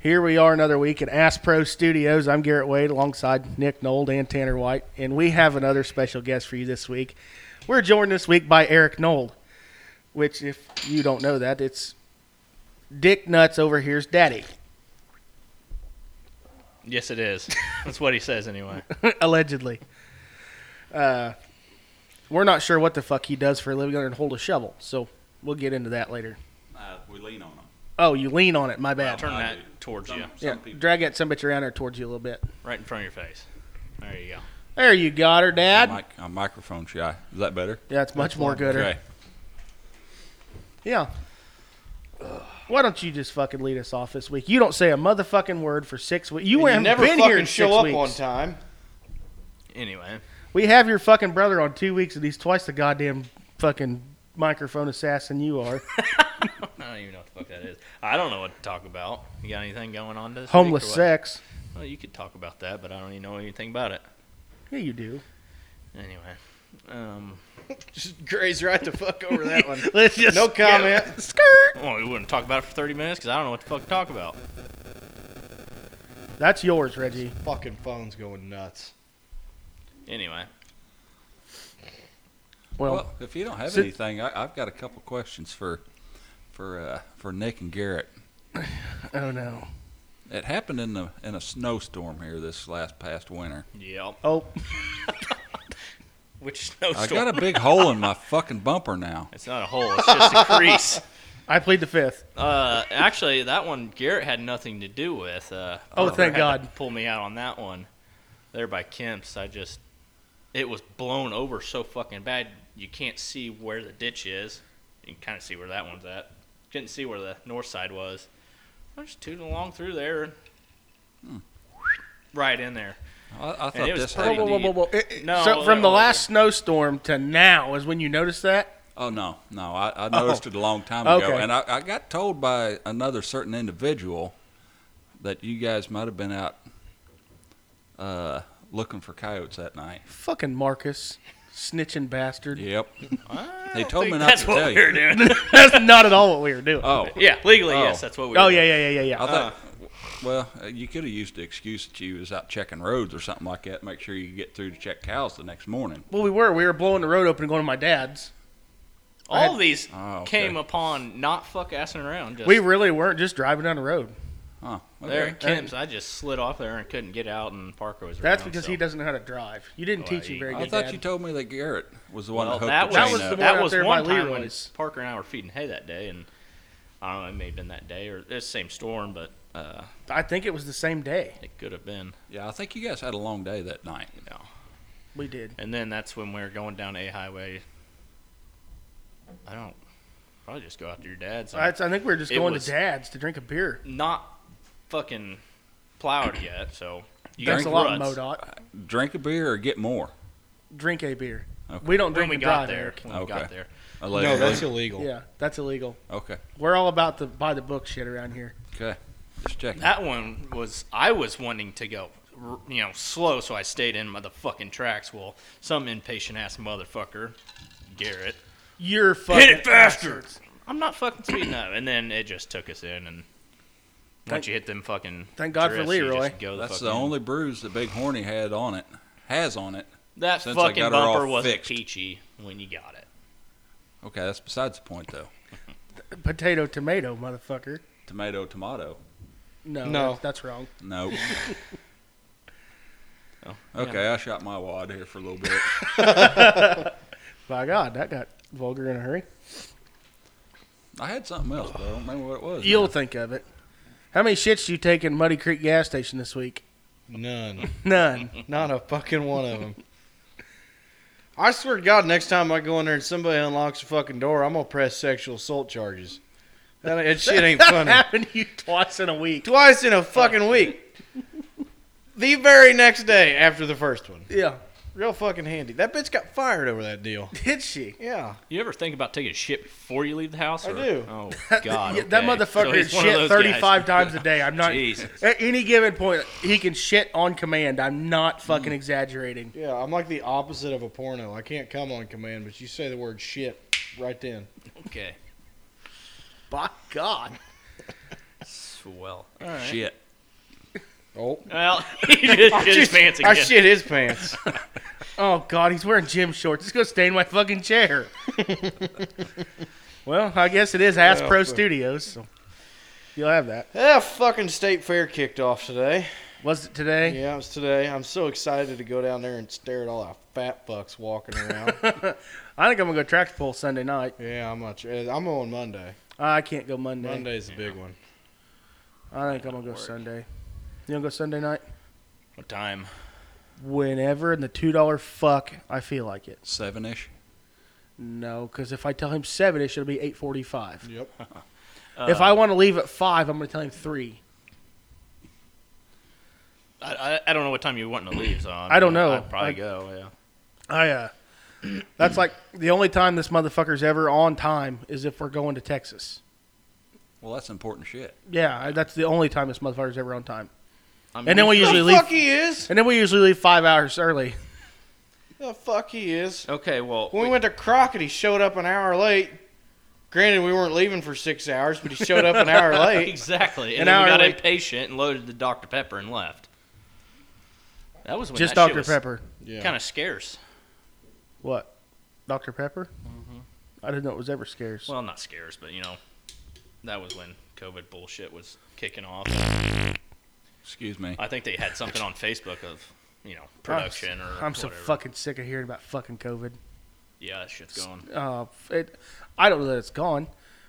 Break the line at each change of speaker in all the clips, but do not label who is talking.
Here we are another week at Ask Pro Studios. I'm Garrett Wade alongside Nick Nold and Tanner White, and we have another special guest for you this week. We're joined this week by Eric Nold, which, if you don't know that, it's Dick Nuts over here's daddy,
Yes, it is. That's what he says anyway.
allegedly. Uh, we're not sure what the fuck he does for a living other than hold a shovel, so we'll get into that later.
Uh, we lean on them.
Oh, you lean on it. My bad.
Turn
I
that
do.
towards
Some-
you,
Yeah,
Some people.
drag that some bitch around there towards you a little bit.
right in front of your face. There you go.
There you got her, Dad.
Mic, I'm uh, microphone shy. Is that better?
yeah, it's much more gooder.
Okay.
Yeah. Why don't you just fucking lead us off this week? You don't say a motherfucking word for six weeks. You
And
haven't
never
been
fucking
here in
show
six
up
weeks.
on time.
Anyway,
We have your fucking brother on two weeks, and he's twice the goddamn fucking microphone assassin you are.
I don't even know what the fuck that is. I don't know what to talk about. You got anything going on this? week or
Homeless
what?
sex.
Well, you could talk about that, but I don't even know anything about it.
Yeah, you do.
Anyway, um,
Just graze right the fuck over that one.
let's just
No comment.
Skirt. Well, we wouldn't talk about it for thirty minutes because I don't know what the fuck to talk about.
That's yours, Reggie.
Fucking phone's going nuts.
Anyway,
Well,
Well, if you don't have
Sit-
anything, I, I've got a couple questions for for uh, for Nick and Garrett.
oh no.
It happened in the in a snowstorm here this last past winter.
yep.
Oh,
Which
I
snowstorm?
got a big hole in my fucking bumper now.
It's not a hole. It's just a crease.
I plead the fifth.
Uh, actually, that one Garrett had nothing to do with. Uh,
Oh,
Parker
thank
had to
God.
Pull me out on that one. There by Kemp's, I just it was blown over so fucking bad you can't see where the ditch is. You can kind of see where that one's at. Couldn't see where the north side was. I was just tooting along through there, and
Hmm.
right in there.
I, I
it
thought
was
this
Whoa,
pretty-
happened.
whoa, whoa, whoa, whoa. It- it-
No,
Eh, so from
that
the
one
last snowstorm to now is when you notice that.
Oh no, no, I, I noticed it a long time ago,
Okay.
and I, I got told by another certain individual that you guys might have been out uh, looking for coyotes that night.
Fucking Marcus, snitching bastard.
Yep. they told me
think
not
that's
to
what
tell
we
you.
were doing.
That's not at all what we were doing.
Oh,
yeah, legally,
Oh.
yes, that's what we. Were
Oh
doing.
yeah, yeah, yeah, yeah, yeah.
I thought. well, uh, you could have used the excuse that you was out checking roads or something like that. Make sure you get through to check cows the next morning.
well, we were we were blowing the road open and going to my dad's. I
All
had-
these
Oh, okay.
came upon not fuck assing around. Just
We really weren't just driving down the road.
Huh? Okay.
There at Kim's, I just slid off there and couldn't get out, and Parker was.
That's
around,
because
so.
he doesn't know how to drive. You didn't
Oh,
teach
I-
him very
I
good.
thought
Dad.
you told me that Garrett was the one
Well,
that hooked
that was
the
that
chain
was,
up.
the one out there
one
by
time when
Leroy's.
Parker and I were feeding hay that day, and I don't know, it may have been that day or it's the same storm, but uh,
I think it was the same day
it could have been.
yeah, I think you guys had a long day that night.
You know.
we did.
And then that's when we were going down a highway. I don't probably just go out to your dad's.
I, I think we were just
It
going
was-
to dad's to drink a beer.
not fucking plowed yet, so you
Thanks
got
a lot,
ruts.
Modoc.
Drink a beer or get more.
Drink a beer.
Okay.
We don't
When
drink
we
and
got
drive,
there,
Eric.
when we got
Okay.
there,
No,
Allegedly.
that's illegal.
Yeah, that's illegal.
Okay.
We're all about the buy the book shit around here.
Okay. Just checking.
that one was I was wanting to go. r- You know, slow, so I stayed in my the fucking tracks. Well, some impatient ass motherfucker, Garrett,
You're fucking
faster.
assholes.
I'm not fucking speeding up. And then it just took us in, and
Thank-
once you hit them fucking.
thank God for
drifts, you
Leroy.
just go the
That's
fuck
the
in.
only bruise that Big Horny had on it, has on it.
That
since I
fucking
got her all
bumper wasn't
fixed.
peachy when you got it.
Okay, that's besides the point though.
Potato tomato, motherfucker.
Tomato, tomato.
No,
No.
that's, that's wrong.
No.
Oh,
okay, I shot my wad here for a little bit.
By God, that got vulgar in a hurry.
I had something else, but I don't remember what it was.
You'll think of it. How many shits do you take in Muddy Creek gas station this week?
None.
None.
Not a fucking one of them. I swear to God, next time I go in there and somebody unlocks the fucking door, I'm gonna press sexual assault charges. That, that shit ain't funny.
happened to you twice in a week.
Twice in a fucking week. The very next day after the first one.
Yeah.
Real fucking handy. That bitch got fired over that deal.
Did she?
Yeah.
You ever think about taking a shit before you leave the house?
I
or-
do.
Oh
That-
God,
yeah, That
okay. So
motherfucker
he's one of
shit
those guys.
35 times a day. I'm not.
Jesus.
At any given point, he can shit on command. I'm not
Mm.
fucking exaggerating.
Yeah, I'm like the opposite of a porno. I can't come on command, but you say the word shit right then.
Okay,
By God.
too well.
Shit.
Oh.
Well, he just shit his pants
I
again.
shit his pants.
Oh God, he's wearing gym shorts. It's gonna stain my fucking chair. well, I guess it is Ass
Yeah,
Pro
but-
Studios. So you'll have that.
yeah, fucking state fair kicked off today.
Was it today?
Yeah, it was today. I'm so excited to go down there and stare at all our fat fucks walking around.
I think I'm gonna go tractor pull Sunday night.
yeah, I'm not. sure. I'm on Monday.
I can't go Monday.
Monday's the big one.
I think I'm gonna go
Work.
Sunday. You gonna go Sunday night?
What time?
Whenever in the two dollar fuck I feel like it.
Seven ish.
No, because if I tell him seven, it should be eight forty five.
Yep.
Uh,
if I want to leave at five, I'm gonna tell him three.
I, I, I don't know what time you're wanting to leave, so
I don't know.
I'd probably
I-
go. Yeah.
I uh, that's like the only time this motherfucker's ever on time is if we're going to Texas.
Well, that's important shit.
Yeah, I- that's the only time this motherfucker's ever on time.
I mean,
And then we usually
The
leave.
fuck he is.
And then we usually leave five hours early.
The fuck he is.
Okay, well,
When we
we-
went to Crockett, he showed up an hour late. Granted, we weren't leaving for six hours, but he showed up an hour late.
exactly.
An
And then we
hour
got
late.
impatient and loaded the Dr Pepper and left. That was when
Just
that
Dr Pepper.
Yeah.
Kind of scarce.
What? Dr Pepper? I didn't know it was ever scarce.
Mm-hmm. Well, not scarce, but you know, that was when COVID bullshit was kicking off.
Excuse me.
I think they had something on Facebook of you know
I'm-
production or
I'm so
whatever.
fucking sick of hearing about fucking COVID.
Yeah, that shit's going.
Uh, it, I don't know that it's gone,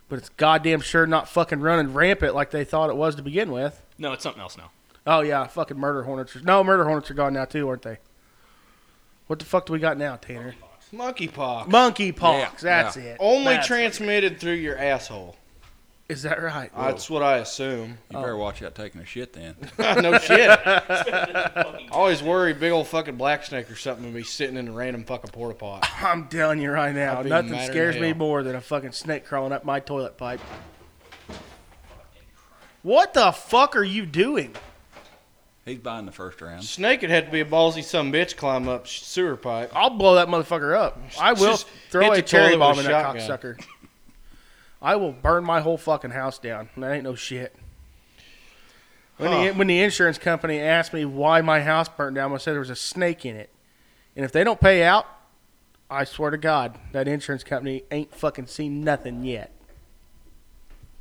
but it's goddamn sure not fucking running rampant like they thought it was to begin with.
No, it's something else now.
Oh yeah, fucking murder hornets. Are, no, murder hornets are gone now too, aren't they? What the fuck do we got now, Tanner?
monkeypox.
Monkey pox.
Yeah,
that's
yeah.
it.
Only
That's-
transmitted through your asshole.
Is that right?
That's what I assume.
You better watch out taking a shit then.
no shit. I always worry big old fucking black snake or something would be sitting in a random fucking porta pot.
I'm telling you right now,
I'd be
nothing
madder than
scares me
hell.
more than a fucking snake crawling up my toilet pipe. What the fuck are you doing?
He's buying the first round.
Snake would have to be a ballsy some bitch climb up sh- sewer pipe.
I'll blow that motherfucker up. I will
Just
throw
hit
a
the
cherry
toilet
bomb
with
in
a
that
shotgun.
cocksucker. I will burn my whole fucking house down. That ain't no shit. When, the,
Huh.
when the insurance company asked me why my house burned down, I said there was a snake in it. And if they don't pay out, I swear to God, that insurance company ain't fucking seen nothing yet.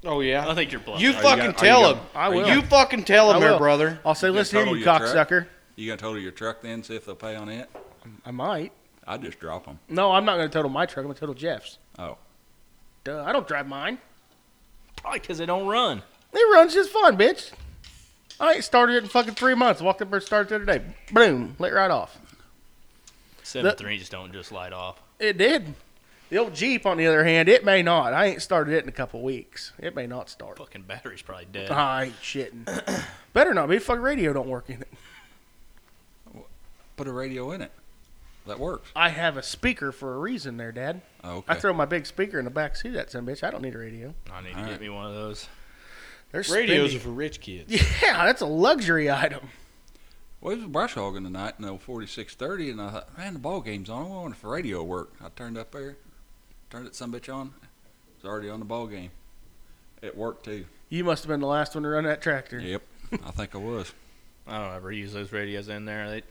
Oh
I
yeah.
think you're bluffing.
You
Are you
fucking
gonna- are you
tell
gonna-
him.
I will.
You fucking tell
I
him there,
will.
brother.
I'll say,
You gonna
listen here,
total
you
your truck?
cocksucker.
You gonna total your truck then, see if they'll pay on it?
I might.
I'd just drop them.
No, I'm not going to total my truck. I'm going to total Jeff's.
Oh.
Duh, I don't drive mine.
Probably because they don't run.
It runs just fine, bitch. I ain't started it in fucking three months. Walked up there, started it today. Boom, lit right off.
Seven three just don't just light off.
It did. The old Jeep, on the other hand, it may not. I ain't started it in a couple weeks. It may not start.
Fucking battery's probably dead.
I ain't shitting. Better not be. Fucking radio don't work in it.
Put a radio in it. That works.
I have a speaker for a reason there, Dad.
Oh, okay.
I throw my big speaker in the back seat of that son of a bitch. I don't need a radio.
I need to
Alright.
get me one of those.
There's
Radios are for rich kids.
Yeah, that's a luxury item.
Well, it was brush hogging tonight in the 4630, and I thought, man, the ball game's on. I wonder if the radio worked. I turned up there, turned it some bitch on. It's already on the ball game. It worked too.
You must have been the last one to run that tractor.
Yep, I think I was.
I don't ever use those radios in there. They,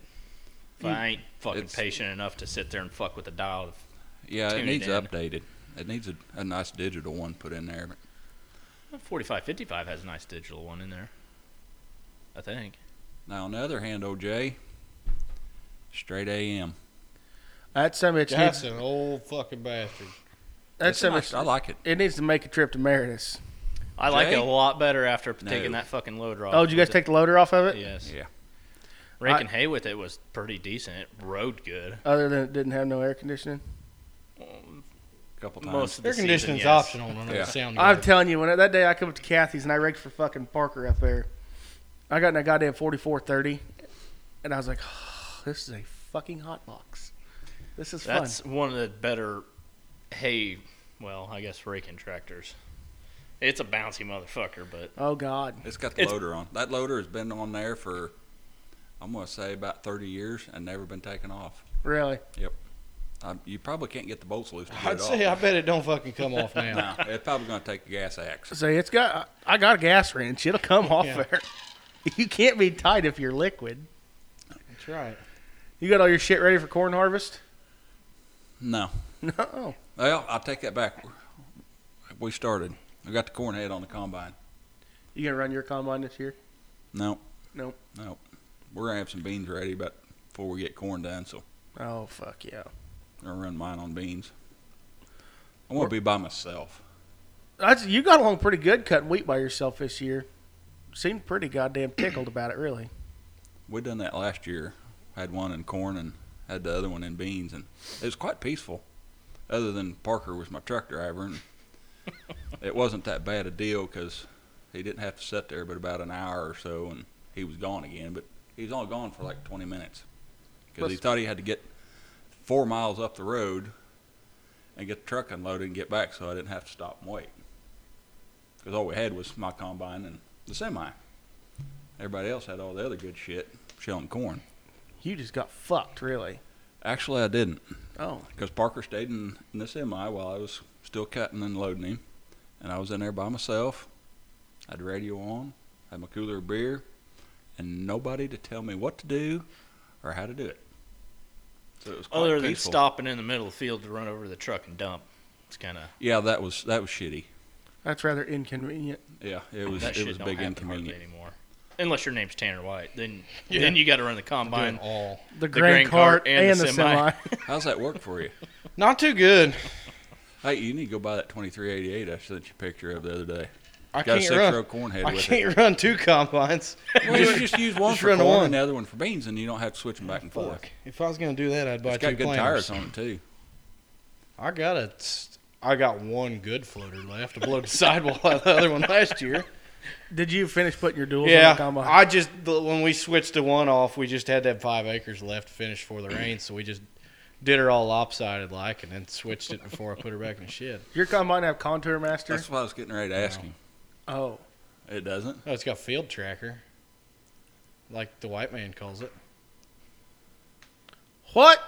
if I ain't fucking
Mm. It's-
patient enough to sit there and fuck with the dial,
Yeah, it
Tuned
needs
in.
updated. It needs a, a nice digital one put in there. But
4555 has a nice digital one in there. I think.
now, on the other hand, OJ, straight AM.
That son of a bitch needs.
That's an old fucking bastard.
That
It's
son of a
nice. I
bitch-
like it.
It needs to make a trip to Meredith.
I like it
Jay?
a lot better after taking
No.
that fucking load off.
Oh, did you guys take the loader off of it?
Yes.
Yeah.
Raking hay with it was pretty decent. It rode good.
Other than it didn't have no air conditioning.
A couple times.
Most of the
Air conditioning's
season, yes.
optional on
Yeah.
the sound.
I'm
guard.
telling you, when that day I come up to Kathy's and I raked for fucking Parker up there, I got in that goddamn 4430, and I was like, this is a fucking hot box. This is fun.
That's one of the better hay, well, I guess raking tractors. It's a bouncy motherfucker, but
Oh God,
It's got the
It's-
loader on. That loader has been on there for, I'm going to say, about 30 years and never been taken off.
really?
Yep. Uh, you probably can't get the bolts loose. To get
I'd
it
say I bet it don't fucking come off now.
off. it's probably going to take a gas axe.
Say it's got. I got a gas wrench. It'll come off
Yeah.
there. You can't be tight if you're liquid.
That's right.
You got all your shit ready for corn harvest?
No.
No.
Well, I'll take that back. We started. I got the corn head on the combine.
You gonna run your combine this year?
No.
Nope.
No. We're going to have some beans ready, but before we get corn done, so
Oh fuck yeah.
I'm going to run mine on beans. I want to be by myself.
That's, you got along pretty good cutting wheat by yourself this year. Seemed pretty goddamn tickled about it, really.
We done that last year. Had one in corn and had the other one in beans, and it was quite peaceful. Other than Parker was my truck driver, and it wasn't that bad a deal because he didn't have to sit there but about an hour or so, and he was gone again. But he was only gone for like 20 minutes because he
Let's-
thought he had to get four miles up the road and get the truck unloaded and get back, so I didn't have to stop and wait. Because all we had was my combine and the semi. Everybody else had all the other good shit, shelling corn.
You just got fucked, really.
Actually, I didn't,
Oh,
because Parker stayed in, in the semi while I was still cutting and loading him, and I was in there by myself. I had radio on, had my cooler of beer, and nobody to tell me what to do or how to do it. So it was quite
Other than
peaceful.
stopping in the middle of the field to run over to the truck and dump. It's kind of
Yeah, that was that was shitty.
that's rather inconvenient.
Yeah, it was
that
it
shit
was a
don't
big
happen hardly
inconvenience.
anymore. Unless your name's Tanner White, then
Yeah.
then you got to run the
Doing
combine.
all.
The,
The
grand,
grain
cart,
cart
and, the semi.
How's that work for you?
Not too good.
Hey, you need to go buy that 2388 I sent you a picture of the other day.
I
Got a
can't
six
run.
row corn head
I
with
can't run two combines.
it. Well, you just use one
Just
for
run
corn
the one.
and the other one for beans, and you don't have to switch them back and forth.
Fuck. If I was gonna do that, I'd buy
It's
two
got good
planters.
tires on it too.
I got a. s- I got one good floater left. I blew the sidewall out of the other one last year.
Did you finish putting your duels on the
Yeah,
combine?
I just the- when we switched to one off, we just had to have five acres left to finish for the rain, so we just did her all lopsided like, and then switched it before I put her back in the shed.
your combine have contour master?
That's what I was getting ready to ask him.
oh,
It doesn't.
Oh, it's got field tracker, like the white man calls it.
what?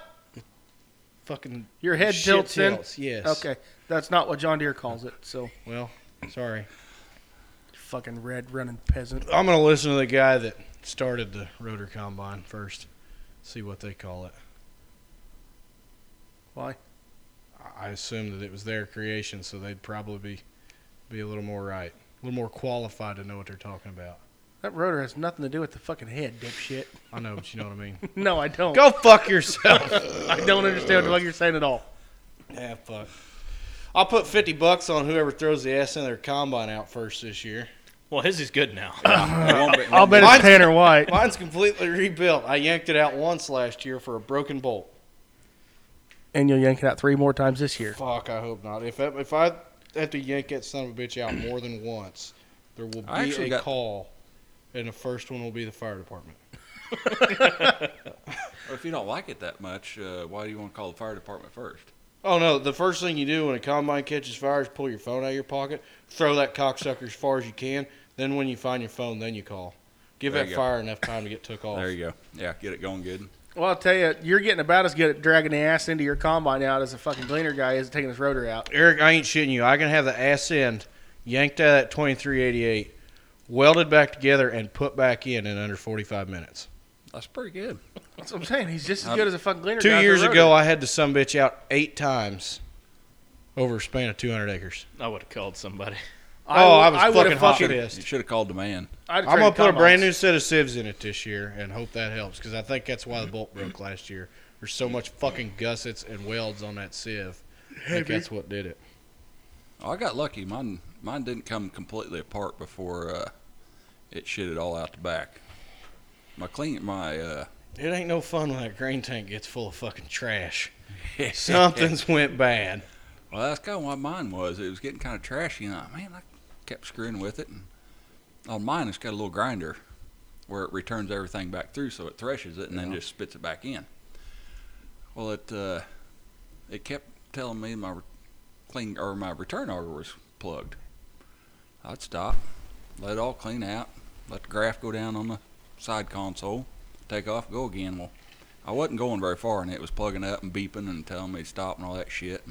Fucking
Your head
shit
tilts in.
tilts, Yes.
Okay, that's not what John Deere calls it. So,
Well, sorry.
fucking red running peasant.
I'm gonna listen to the guy that started the rotor combine first. See what they call it.
Why?
I- I assume that it was their creation, so they'd probably be be a little more right, a little more qualified to know what they're talking about.
That rotor has nothing to do with the fucking head, dipshit.
I know, but you know what I mean.
no, I don't.
Go fuck yourself.
I don't understand what you're saying at all.
yeah, fuck. I'll put fifty bucks on whoever throws the ass in their combine out first this year.
Well, his is good now.
It won't be- it
I'll
won't
bet
be-
it's Tanner White.
Mine's completely rebuilt. I yanked it out once last year for a broken bolt.
And you'll yank it out three more times this year.
Fuck, I hope not. If I, if I have to yank that son of a bitch out more than once, there will
I
be
actually
a
got-
call, and the first one will be the fire department.
If you don't like it that much, uh, why do you want to call the fire department first?
Oh no! The first thing you do when a combine catches fire is pull your phone out of your pocket, throw that cocksucker as far as you can. Then when you find your phone, then you call. Give
There
that
you go.
fire enough time to get took off.
There you go. Yeah, get it going good.
Well, I'll tell you, you're getting about as good at dragging the ass into your combine out as a fucking gleaner guy is at taking his rotor out.
Eric, I ain't shitting you. I can have the ass end yanked out of that twenty three eighty eight, welded back together, and put back in in under forty five minutes.
That's pretty good.
That's what I'm saying. He's just as
Um,
good as a fucking gleaner guy.
Two
as a
years
rotor.
ago, I had to some bitch out eight times over a span of 200 acres.
I would have called somebody.
oh, I
would-
was
would've
fucking hot
You
pissed.
should have called the man.
I'd have
I'm gonna
traded
put a brand new
combines.
set of sieves in it this year and hope that helps because I think that's why the bolt broke last year. There's so much fucking gussets and welds on that sieve. I think that's what did it.
Oh, I got lucky. Mine mine didn't come completely apart before uh, it shitted all out the back. My clean my uh,
It ain't no fun when that grain tank gets full of fucking trash. Something's went bad.
Well, that's kind of what mine was. It was getting kind of trashy, and I, man, I kept screwing with it. And on mine, it's got a little grinder where it returns everything back through, so it threshes it and then just spits it back in. Well, it uh, it kept telling me my re- clean or my return auger was plugged. I'd stop, let it all clean out, let the graph go down on the side console, take off, go again. Well, I wasn't going very far, and it was plugging up and beeping and telling me to stop and all that shit.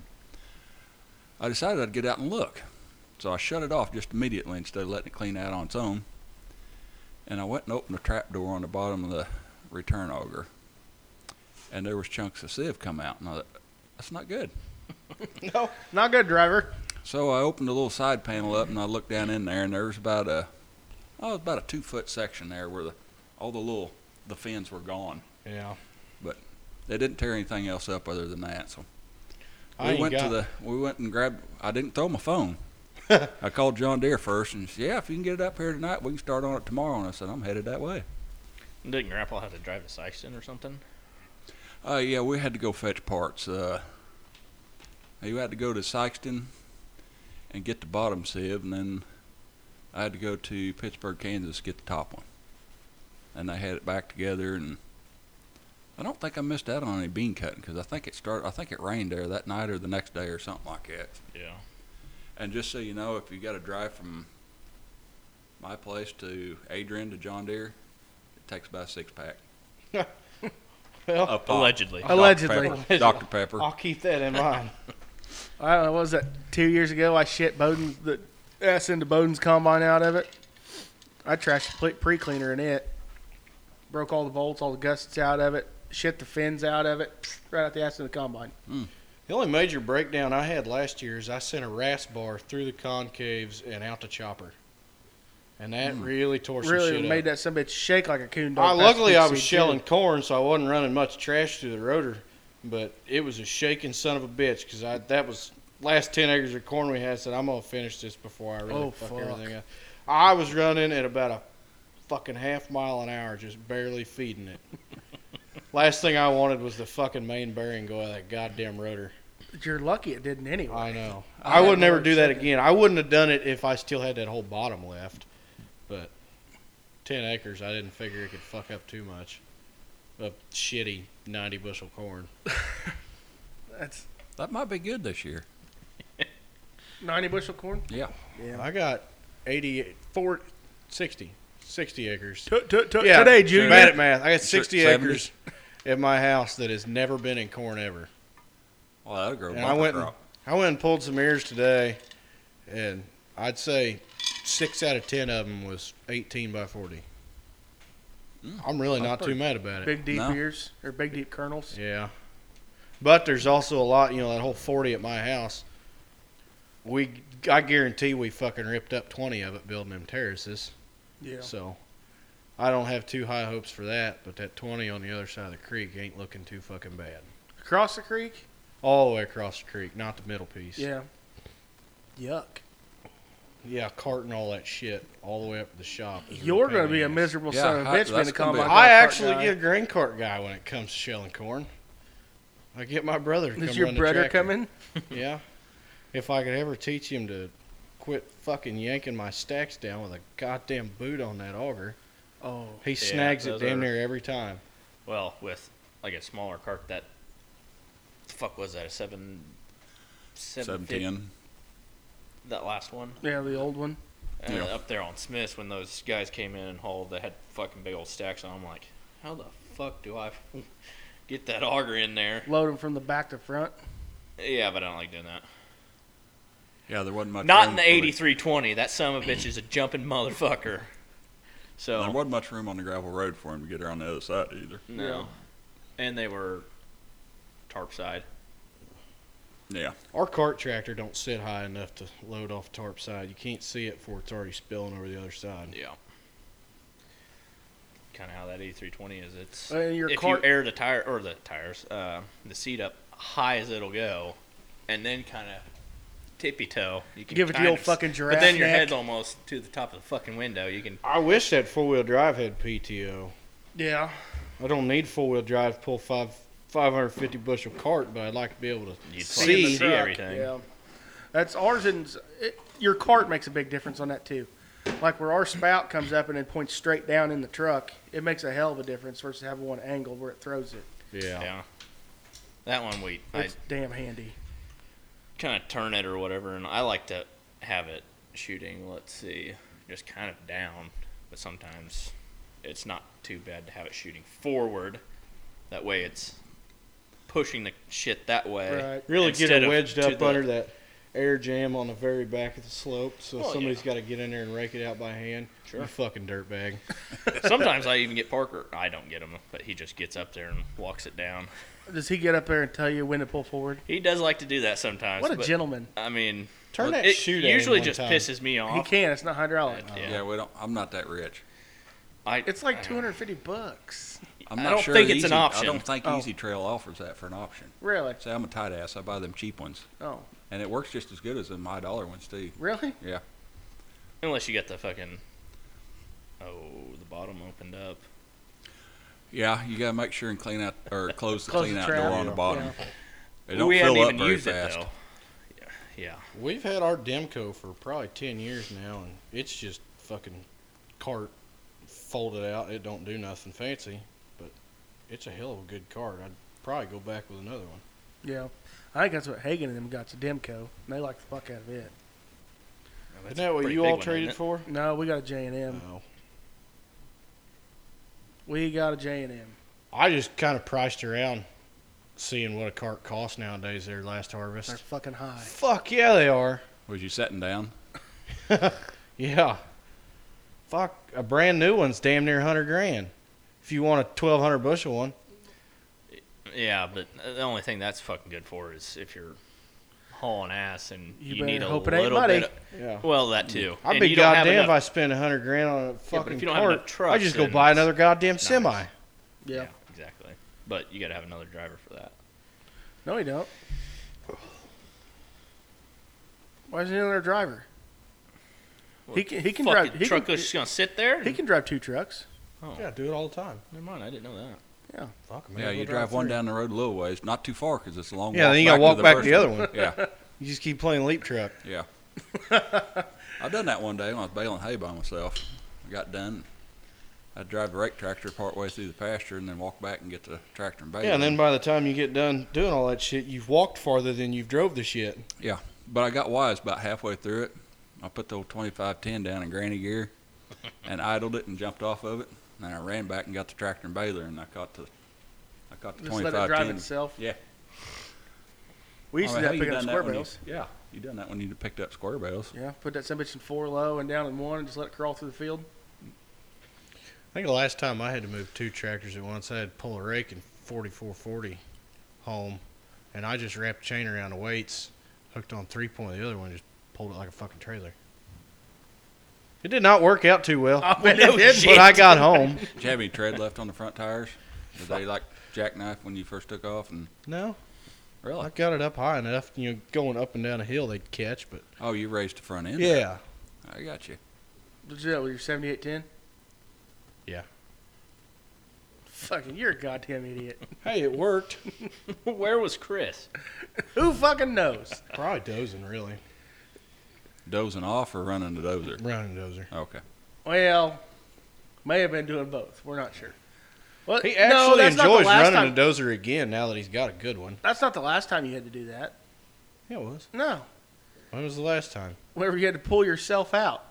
I decided I'd get out and look. So I shut it off just immediately instead of letting it clean out on its own. And I went and opened the trap door on the bottom of the return auger. And there was chunks of sieve come out, and I thought, that's not good.
No, not good, driver.
So I opened the little side panel up and I looked down in there, and there was about a, oh, about a two foot section there where the, all the little, the fins were gone.
Yeah.
They didn't tear anything else up other than that. So
I
we
ain't
went
got,
to the, we went and grabbed. I didn't throw my phone. I called John Deere first and said, "Yeah, if you can get it up here tonight, we can start on it tomorrow." And I said, "I'm headed that way."
Didn't Grandpa have to drive to Sykeson or something?
Uh, yeah, we had to go fetch parts. Uh, you had to go to Sykeston and get the bottom sieve, and then I had to go to Pittsburgh, Kansas, to get the top one. And I had it back together, and I don't think I missed out on any bean cutting because I think it started. I think it rained there that night or the next day or something like that.
Yeah.
And just so you know, if you got to drive from my place to Adrian to John Deere, it takes about a six pack.
well,
of pop.
Allegedly.
Dr.
Allegedly.
Pepper. Dr. Pepper.
I'll keep that in mind.
I don't know, what was that? Two years ago, I shit Bowden's the ass into Bowden's combine out of it. I trashed the pre cleaner in it. Broke all the bolts, all the gussets out of it. Shit the fins out of it. Right out the ass of the combine.
The only major breakdown I had last year is I sent a RAS bar through the concaves and out the chopper. And that really tore some
really
shit up.
made that some bitch shake like a coon dog.
I,
past
luckily, I was
PCT.
shelling corn, so I wasn't running much trash through the rotor, but it was a shaking son of a bitch because I that was last ten acres of corn we had. I Said I'm gonna finish this before I really
Oh,
fuck,
fuck.
everything up. I was running at about a fucking half mile an hour, just barely feeding it. last thing I wanted was the fucking main bearing go out of that goddamn rotor.
You're lucky it didn't anyway.
I know.
I
I,
had
would never
more
do that
chicken.
again. I wouldn't have done it if I still had that whole bottom left. But ten acres, I didn't figure it could fuck up too much of shitty ninety bushel corn.
That's
That might be good this year.
90 bushel corn.
Yeah.
Yeah.
I got 80, 4, 60, 60 acres.
today,
I'm
Junior.
Bad at math. I got sixty
70.
acres at my house that has never been in corn ever.
Well, that'll grow.
And
a
I
bumper
went and,
crop.
I went and pulled some ears today, and I'd say six out of ten of them was eighteen by forty.
Mm,
I'm really
that's
not too
pretty-
mad about it.
Big deep
No.
ears or big deep kernels.
Yeah, but there's also a lot. You know, that whole forty at my house. We, I guarantee, we fucking ripped up twenty of it building them terraces.
Yeah.
So, I don't have too high hopes for that. But that twenty on the other side of the creek ain't looking too fucking bad.
Across the creek.
All the way across the creek, not the middle piece.
Yeah. Yuck.
Yeah, carting all that shit all the way up to the shop. is
You're going
pain
to
in
be a
the ass.
miserable
Yeah,
son of a
I-
bitch being
that's
a
gonna be
combine.
a-
I
golf cart
actually
guy.
get a grain cart guy when it comes to shelling corn. I get my brother. To
Is
come
your
run the
brother
tractor.
coming?
Yeah. If I could ever teach him to quit fucking yanking my stacks down with a goddamn boot on that auger,
Oh,
he snags it
those
damn
are-
near every time.
Well, with like a smaller cart that the fuck was that a seven
Seven
fif-
ten.
that last one
yeah, the old one.
and
Yeah.
up there on Smiths when those guys came in and hauled they had fucking big old stacks on. I'm like, how the fuck do I get that auger in there?
Load him from the back to front.
Yeah, but I don't like doing that.
Yeah, there wasn't much.
Not
room
in the
for it.
eighty three twenty. That son of a bitch is a jumping motherfucker.
There
So
wasn't much room on the gravel road for him to get around the other side either.
no, and they were tarp side.
Yeah.
Our cart tractor don't sit high enough to load off tarp side. You can't see it for it's already spilling over the other side.
Yeah. Kind of how that E320 is. It's
And your
if
cart-
you air the tire or the tires, uh, the seat up high as it'll go, and then kind of tippy toe. You can
Give it the
kind
old
of-
fucking
But
giraffe
then your
neck.
head's almost to the top of the fucking window. You can.
I wish that four wheel drive had PTO.
Yeah.
I don't need four wheel drive to pull five five hundred fifty bushel cart, but I'd like to be able to
You'd
in the
see
see.
truck,
everything.
Yeah. That's ours and it, your cart makes a big difference on that too. Like where our spout comes up and then points straight down in the truck, it makes a hell of a difference versus having one angled where it throws it.
Yeah.
Yeah. That one we I
It's damn handy.
kind of turn it or whatever, and I like to have it shooting. Let's see, just kind of down, but sometimes it's not too bad to have it shooting forward That way it's pushing the shit that way.
Right.
Really
Instead
get it
of
wedged
to
up
the-
under that air jam on the very back of the slope, so
Well,
somebody's
yeah.
got to get in there and rake it out by hand.
Sure.
You fucking dirtbag.
Sometimes I even get Parker. I don't get him, but he just gets up there and walks it down.
Does he get up there and tell you when to pull forward?
He does like to do that sometimes.
What a
but,
gentleman.
I mean,
Turn that
it
shoot at him
usually
one
just
time.
pisses me
He
off.
can. It's not hydraulic.
But,
Yeah.
yeah.
we don't. I'm not that rich.
I,
It's like
I-
250 bucks.
I'm
I
not
don't
sure
think
that
it's an
Easy-
option.
I don't think
Oh.
Easy Trail offers that for an option.
Really?
Say I'm a tight ass. I buy them cheap ones,
Oh,
and it works just as good as them high dollar ones too.
really?
Yeah.
Unless you got the fucking. Oh, the bottom opened up.
Yeah, you gotta make sure and clean out or close the
Close
clean
the
out door
trap,
on the
yeah.
bottom.
Yeah.
They don't
we
fill
haven't
up
even
very
used
fast.
it though. Yeah.
We've had our Demco for probably ten years now, and it's just fucking cart folded out. It don't do nothing fancy, but it's a hell of a good cart. I'd probably go back with another one.
Yeah. I think that's what Hagen and them got to Demco. And they like the fuck out of it.
Now,
Isn't
that's a
that what
pretty
you
big
all
one,
traded
isn't it?
for?
No, we got a J and M.
No.
We got a J and M.
I just kind of priced around, seeing what a cart costs nowadays. Their last
They're
harvest.
fucking high.
Fuck yeah, they are.
Was you sitting down?
Yeah. Fuck, a brand new one's damn near hundred grand. If you want a twelve hundred bushel one,
Yeah, but the only thing that's fucking good for is if you're hauling ass and
You
you,
better
need a
hope it ain't Oh.
little
money.
bit. Of,
yeah.
well, that too.
I'd
And
be
you don't have
goddamn if
enough-
I spend a hundred grand on a fucking
if you don't have
cart.
enough trucks,
I just go
then
buy
it's
another goddamn
nice.
semi.
Yeah.
exactly. But you got to have another driver for that.
No, we don't. Why isn't he another driver? He can. He can
Fucking
drive. He
truck
can,
is just gonna sit there.
he can drive two trucks.
Oh,
Yeah, I do it all the time.
never mind. I didn't know that.
Fuck man.
Yeah, you drive one down the road a little ways, not too far because it's a long.
Yeah,
walk
then you gotta walk back
to
the other
first
one.
Yeah,
You just keep playing leap truck.
yeah. I done that one day when I was baling hay by myself. I got done. I'd drive the rake tractor part way through the pasture and then walk back and get the tractor and bale.
Yeah, and then by the time you get done doing all that shit, you've walked farther than you've drove the shit.
But I got wise about halfway through it. I put the old 2510 down in granny gear and idled it and jumped off of it. And then I ran back and got the tractor and baler and I caught the I caught the
Just let it drive
2510.
itself.
Yeah.
We used
I mean,
to
Oh, hey,
do
you
that picking up
done that
square
when you-
bales.
yeah, you done that when you picked up square bales.
Yeah, put that some bitch in four low and down in one, and just let it crawl through the field.
I think the last time I had to move two tractors at once, I had to pull a rake and 4440 home, and I just wrapped the chain around the weights, hooked on three point of the other one, just pulled it like a fucking trailer. It did not work out too well,
I bet it
no
did.
shit.
but I got home.
Did you have any tread left on the front tires? Did they like jackknife when you first took off? And
No, I
really?
got it up high enough, you know, going up and down a hill, they'd catch, but
Oh, you raised the front end.
yeah.
I got you.
Did you do that with your 7810?
Yeah.
Fucking, you're a goddamn idiot.
Hey, it worked.
Where was Chris?
Who fucking knows?
Probably dozing, really.
Dozing off or running the dozer?
Running dozer.
Okay.
Well, may have been doing both. We're not sure. Well,
He
Uh, no,
actually
that's not the
enjoys
last
running
time-
a dozer again now that he's got a good one.
That's not the last time you had to do that.
Yeah, it was.
No,
When was the last time?
whenever you had to pull yourself out.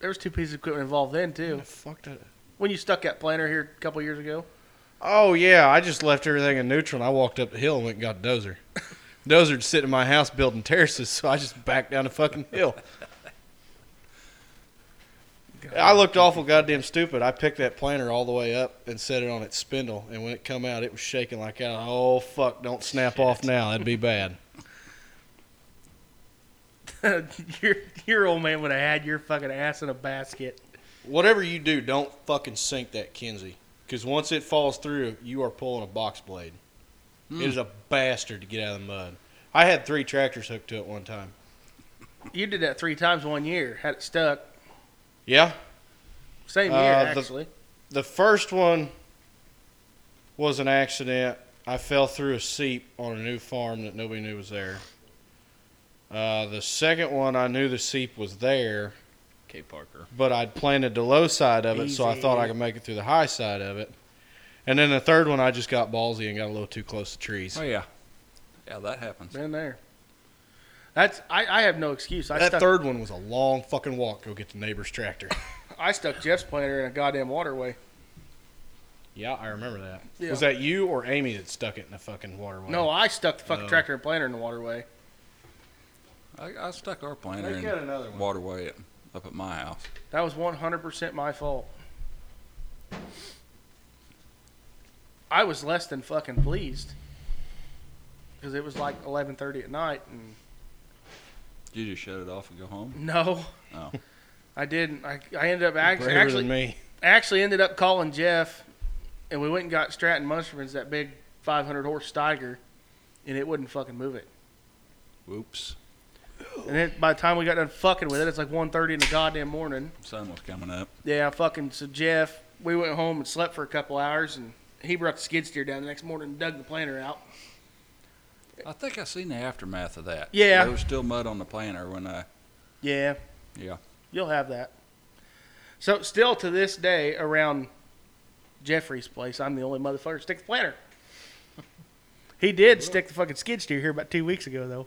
There was two pieces of equipment involved then too.
fuck did
When you stuck that planter here a couple years ago,
Oh yeah, I just left everything in neutral and I walked up the hill and went and got a dozer. Dozered sitting in my house building terraces, so I just backed down the fucking hill. I looked awful goddamn stupid. I picked that planter all the way up and set it on its spindle, and when it come out, it was shaking like hell. Oh fuck! Don't snap off now. That'd be bad.
your your old man would have had your fucking ass in a basket.
Whatever you do, don't fucking sink that Kinsey, because once it falls through, you are pulling a box blade. It is a bastard to get out of the mud. I had three tractors hooked to it one time.
You did that three times one year. Had it stuck.
Yeah,
Same year
Uh, the-
actually.
The first one was an accident. I fell through a seep on a new farm that nobody knew was there. Uh, the second one, I knew the seep was there,
K. Parker.
but I'd planted the low side of it, so I thought I
Easy.
could make it through the high side of it. And then the third one, I just got ballsy and got a little too close to trees.
Oh yeah. Yeah, that happens.
Been there. That's I, I have no excuse. I
that
stuck
third one was a long fucking walk. Go get the neighbor's tractor.
I stuck Jeff's planter in a goddamn waterway.
Yeah, I remember that.
Yeah.
Was that you or Amy that stuck it in the fucking waterway?
No, I stuck the fucking
Oh.
tractor and planter in the waterway.
I, I stuck our planter
They got
in
another one.
waterway up, up at my house.
That was 100% my fault. I was less than fucking pleased because it was like 11:30 at night and
Did you just shut it off and go home?
no.
Oh.
I didn't. I, I ended up actually,
Braver
actually
than me.
actually ended up calling Jeff, and we went and got Stratton Munsterman's that big 500 horse Steiger, and it wouldn't fucking move it.
Whoops.
And then by the time we got done fucking with it, it's like 1:30 in the goddamn morning.
Sun was coming up.
Yeah, fucking. So Jeff, we went home and slept for a couple hours, and he brought the skid steer down the next morning and dug the planter out.
I think I seen the aftermath of that.
Yeah.
There was still mud on the planter when uh, I.
Yeah.
Yeah.
You'll have that. So still to this day, around Jeffrey's place, I'm the only motherfucker to stick the planter. He did stick the fucking skid steer here about two weeks ago, though.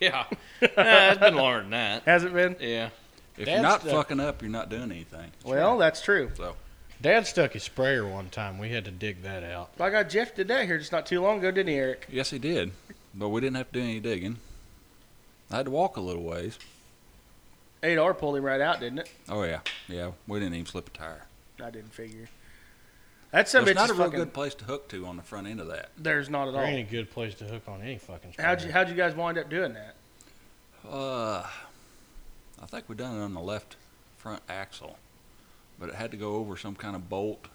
Yeah. Nah, it's been longer than that.
Hasn't been.
Yeah.
If
That's
you're not
the-
fucking up, you're not doing anything.
Well, that's true.
So
Dad stuck his sprayer one time. We had to dig that out.
I got Jeff did that here just not too long ago, didn't he, Eric?
yes, he did, but we didn't have to do any digging. I had to walk a little ways.
Adar pulled him right out, didn't it?
Oh yeah, yeah. We didn't even slip a tire.
I didn't figure. That son of
It's
a bitch
not
is
a real
fucking.
good place to hook to on the front end of that.
There's not at
There
all.
ain't a good place to hook on any fucking sprayer.
How'd you how'd you guys wind up doing that?
Uh, I think we done it on the left front axle, but it had to go over some kind of bolt.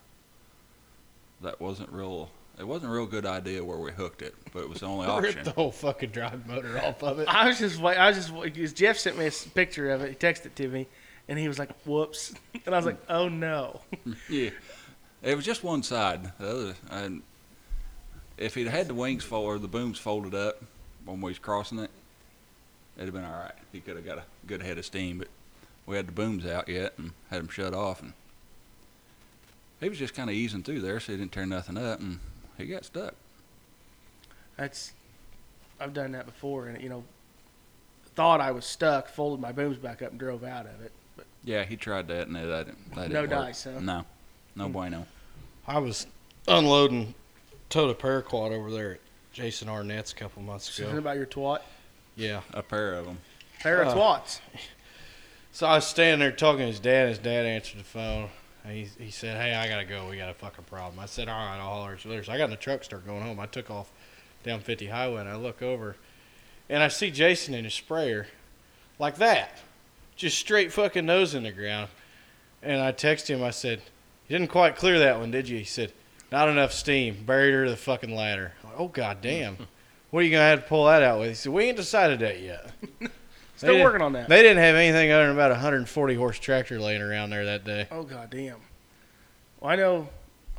That wasn't real. It wasn't a real good idea where we hooked it, but it was the only
Ripped
option.
the whole fucking drive motor off of it.
I was just wa- I was just wa- 'cause Jeff sent me a s- picture of it. He texted it to me, and he was like, "Whoops," and I was like, "Oh no."
Yeah, it was just one side. The other, and if he'd had the wings fold or the booms folded up when we was crossing it, it'd have been all right. He could have got a good head of steam, but we had the booms out yet and had them shut off, and he was just kind of easing through there, so he didn't tear nothing up, and he got stuck.
That's I've done that before, and you know, thought I was stuck, folded my booms back up, and drove out of it.
Yeah, he tried that, and that didn't. That didn't
No
work.
dice, huh? Hmm.
No, no bueno.
I was unloading Total Paraquat over there at Jason Arnett's a couple months
Something
ago.
about your twat,
Yeah.
A pair of them.
pair of
Oh.
twats.
So I was standing there talking to his dad. His dad answered the phone. And he, he said, Hey, I got to go. We got a fucking problem. I said, All right, I'll holler at you later. So I got in the truck, started going home. I took off down 50 Highway and I look over and I see Jason in his sprayer like that, just straight fucking nose in the ground. And I text him, I said, You didn't quite clear that one, did you? He said, Not enough steam. Buried her to the fucking ladder. I'm like, oh, god damn. What are you going to have to pull that out with? He said, We ain't decided that yet. They
Still
didn't-
working on that.
they didn't have anything other than about a 140 horse tractor laying around there that day.
Oh goddamn! Well, I know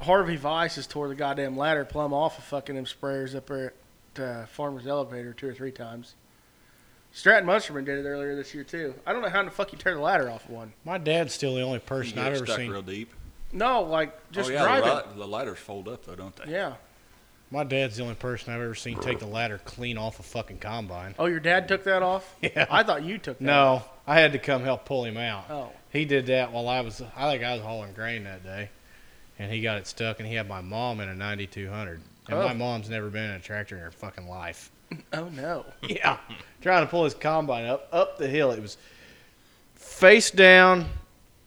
Harvey Vice has tore the goddamn ladder plumb off of fucking them sprayers up there at uh, Farmer's Elevator two or three times. Stratton Munsterman did it earlier this year too. I don't know how in the fuck you tear the ladder off of one.
My dad's still the only
You
person
get
I've ever
stuck
seen.
real deep.
No, like just
oh yeah,
driving.
the, li- the lighters fold up though, don't they?
Yeah.
My dad's the only person I've ever seen take the ladder clean off a fucking combine.
Oh, your dad took that off.
Yeah.
I thought you took that.
No, I had to come help pull him out.
Oh.
He did that while I was, I think I was hauling grain that day, and he got it stuck, and he had my mom in a 9200. And
Oh.
my mom's never been in a tractor in her fucking life.
Oh no.
Yeah. Trying to pull his combine up up the hill. It was face down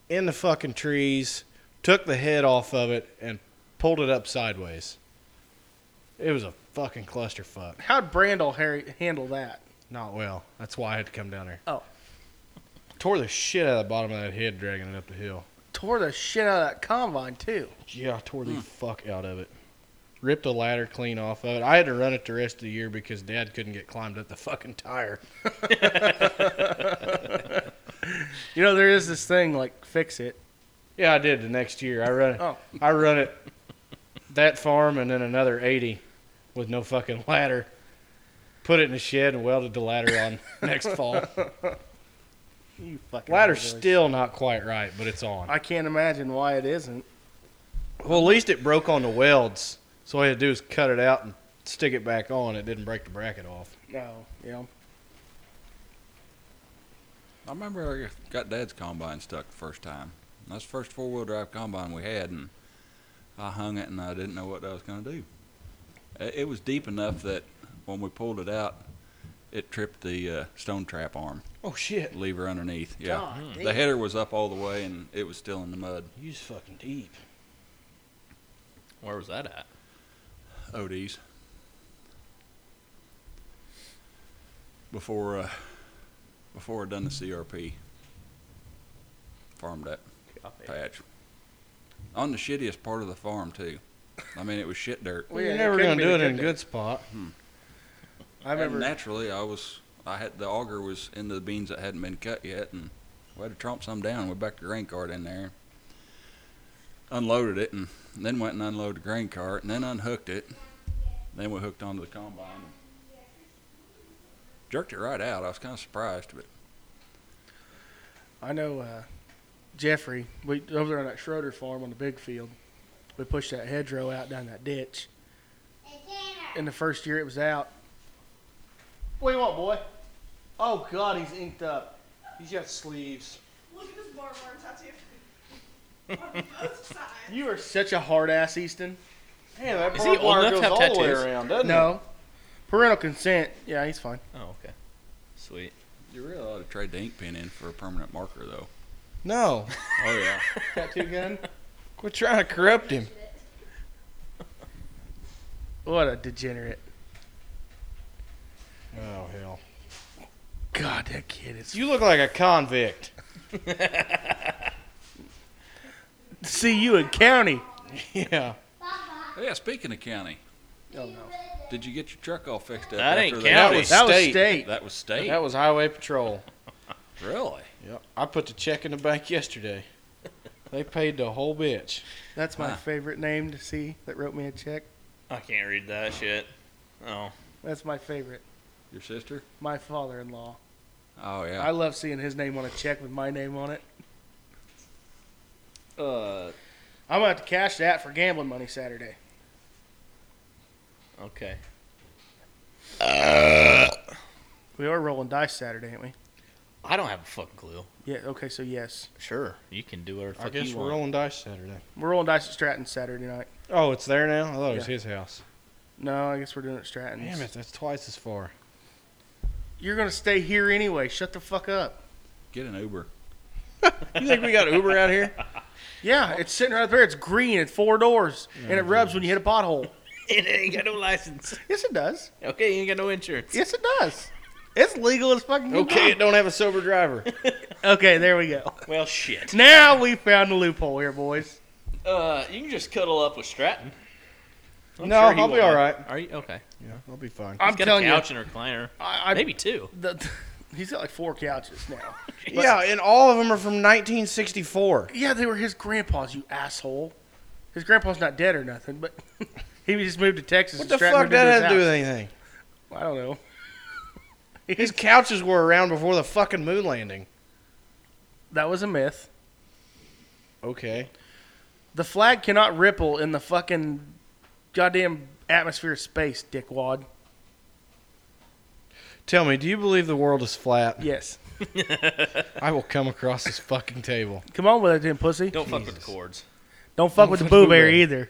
in the fucking trees. Took the head off of it and pulled it up sideways. It was a fucking clusterfuck.
How'd Brandel Harry handle that?
Not well. That's why I had to come down there.
Oh.
Tore the shit out of the bottom of that head dragging it up the hill.
Tore the shit out of that combine too.
Yeah, I tore the fuck out of it. Ripped the ladder clean off of it. I had to run it the rest of the year because Dad couldn't get climbed up the fucking tire.
You know there is this thing like fix it.
Yeah, I did the next year. I run it.
Oh.
I run it that farm and then another 80 with no fucking ladder. Put it in the shed and welded the ladder on next fall.
You fucking
Ladder's
hillbillies.
still not quite right, but it's on.
I can't imagine why it isn't.
Well, at least it broke on the welds. So all I had to do is cut it out and stick it back on. It didn't break the bracket off.
No. Yeah.
I remember I got Dad's combine stuck the first time. That's the first four wheel drive combine we had, and I hung it and I didn't know what I was going to do. It, it was deep enough that when we pulled it out, it tripped the uh, stone trap arm
Oh shit!
lever underneath. Yeah. Hmm.
God,
The header was up all the way and it was still in the mud.
You was fucking deep.
Where was that at?
ODs. Before uh, before I done the CRP, farmed that patch on the shittiest part of the farm too. I mean, it was shit dirt.
Well,
Well, you're
yeah,
never
couldn't
gonna
be
do it
the
in a
good
good spot.
I
And
remember.
naturally, I was I had the auger was into the beans that hadn't been cut yet, and we had to tromp some down. We backed the grain cart in there, unloaded it, and then went and unloaded the grain cart, and then unhooked it. Then we hooked onto the combine. And jerked it right out. I was kind of surprised, but
I know uh, Jeffrey. We over there on that Schroeder farm on the big field. We pushed that hedgerow out down that ditch. And the first year it was out. What do you want, boy? Oh God, he's inked up. He's got sleeves.
Look at this bar bar tattoo. On both sides.
You are such a hard ass, Easton.
Man, that
Is he old
barbed wire
enough to
goes
have
all the way
tattoos?
around, doesn't it?
No, parental consent. Yeah, he's fine.
Oh, okay. Sweet.
you really ought to trade the ink pen in for a permanent marker, though.
No,
Oh yeah,
Tattoo gun.
quit trying to corrupt him.
What a degenerate.
Oh hell!
God, that kid is.
You look like a convict.
See you in county.
yeah.
yeah. Speaking of county,
Oh no,
did you get your truck all fixed up?
That
after
ain't
the-
county.
that was
State.
state.
That was state.
That was highway patrol.
really.
Yep. I put the check in the bank yesterday. They paid the whole bitch.
That's my
Wow.
favorite name to see that wrote me a check.
I can't read that shit. Oh,
That's my favorite.
Your sister?
My father in law.
Oh yeah.
I love seeing his name on a check with my name on it.
uh,
I'm going to have to cash that for gambling money Saturday.
okay.
We are rolling dice Saturday, ain't we?
I don't have a fucking clue.
Yeah, okay, so yes.
Sure, you can do whatever the
I
fuck
guess
you
we're
want.
rolling dice Saturday.
We're rolling dice at Stratton Saturday night.
Oh, it's there now. I thought it was
Yeah.
his house.
No, I guess we're doing it at Stratton.
Damn it! That's twice as far.
You're going to stay here anyway. Shut the fuck up.
Get an Uber.
You think we got Uber out here?
Yeah, it's sitting right there. It's green and four doors, and it rubs when you hit a pothole.
it ain't got no license.
Yes, it does.
Okay, you ain't got no insurance.
Yes, it does. It's legal as fucking can
Okay,
be.
it don't have a sober driver.
Okay, there we go.
Well, shit.
Now we found the loophole here, boys.
Uh, you can just cuddle up with Stratton.
No,
he
I'll
won't
be all
mind.
right.
Are you okay?
Yeah, I'll be fine.
I'm
He's got
telling
a
you,
couch and a recliner.
I, I,
Maybe two.
the, he's got like four couches now.
Yeah, and all of them are from 1964.
yeah, they were his grandpa's. You asshole. His grandpa's not dead or nothing, but he just moved to Texas.
What
and
the
Stratton
fuck
moved into
that
his
has to do
house.
with anything?
I don't know.
His couches were around before the fucking moon landing.
That was a myth.
Okay.
The flag cannot ripple in the fucking goddamn atmosphere of space, dickwad.
Tell me, do you believe the world is flat?
Yes.
I will come across this fucking table.
Come on with it, then, pussy.
Don't fuck with the cords.
Don't fuck with the
fuck
boo
with
bear
it.
either.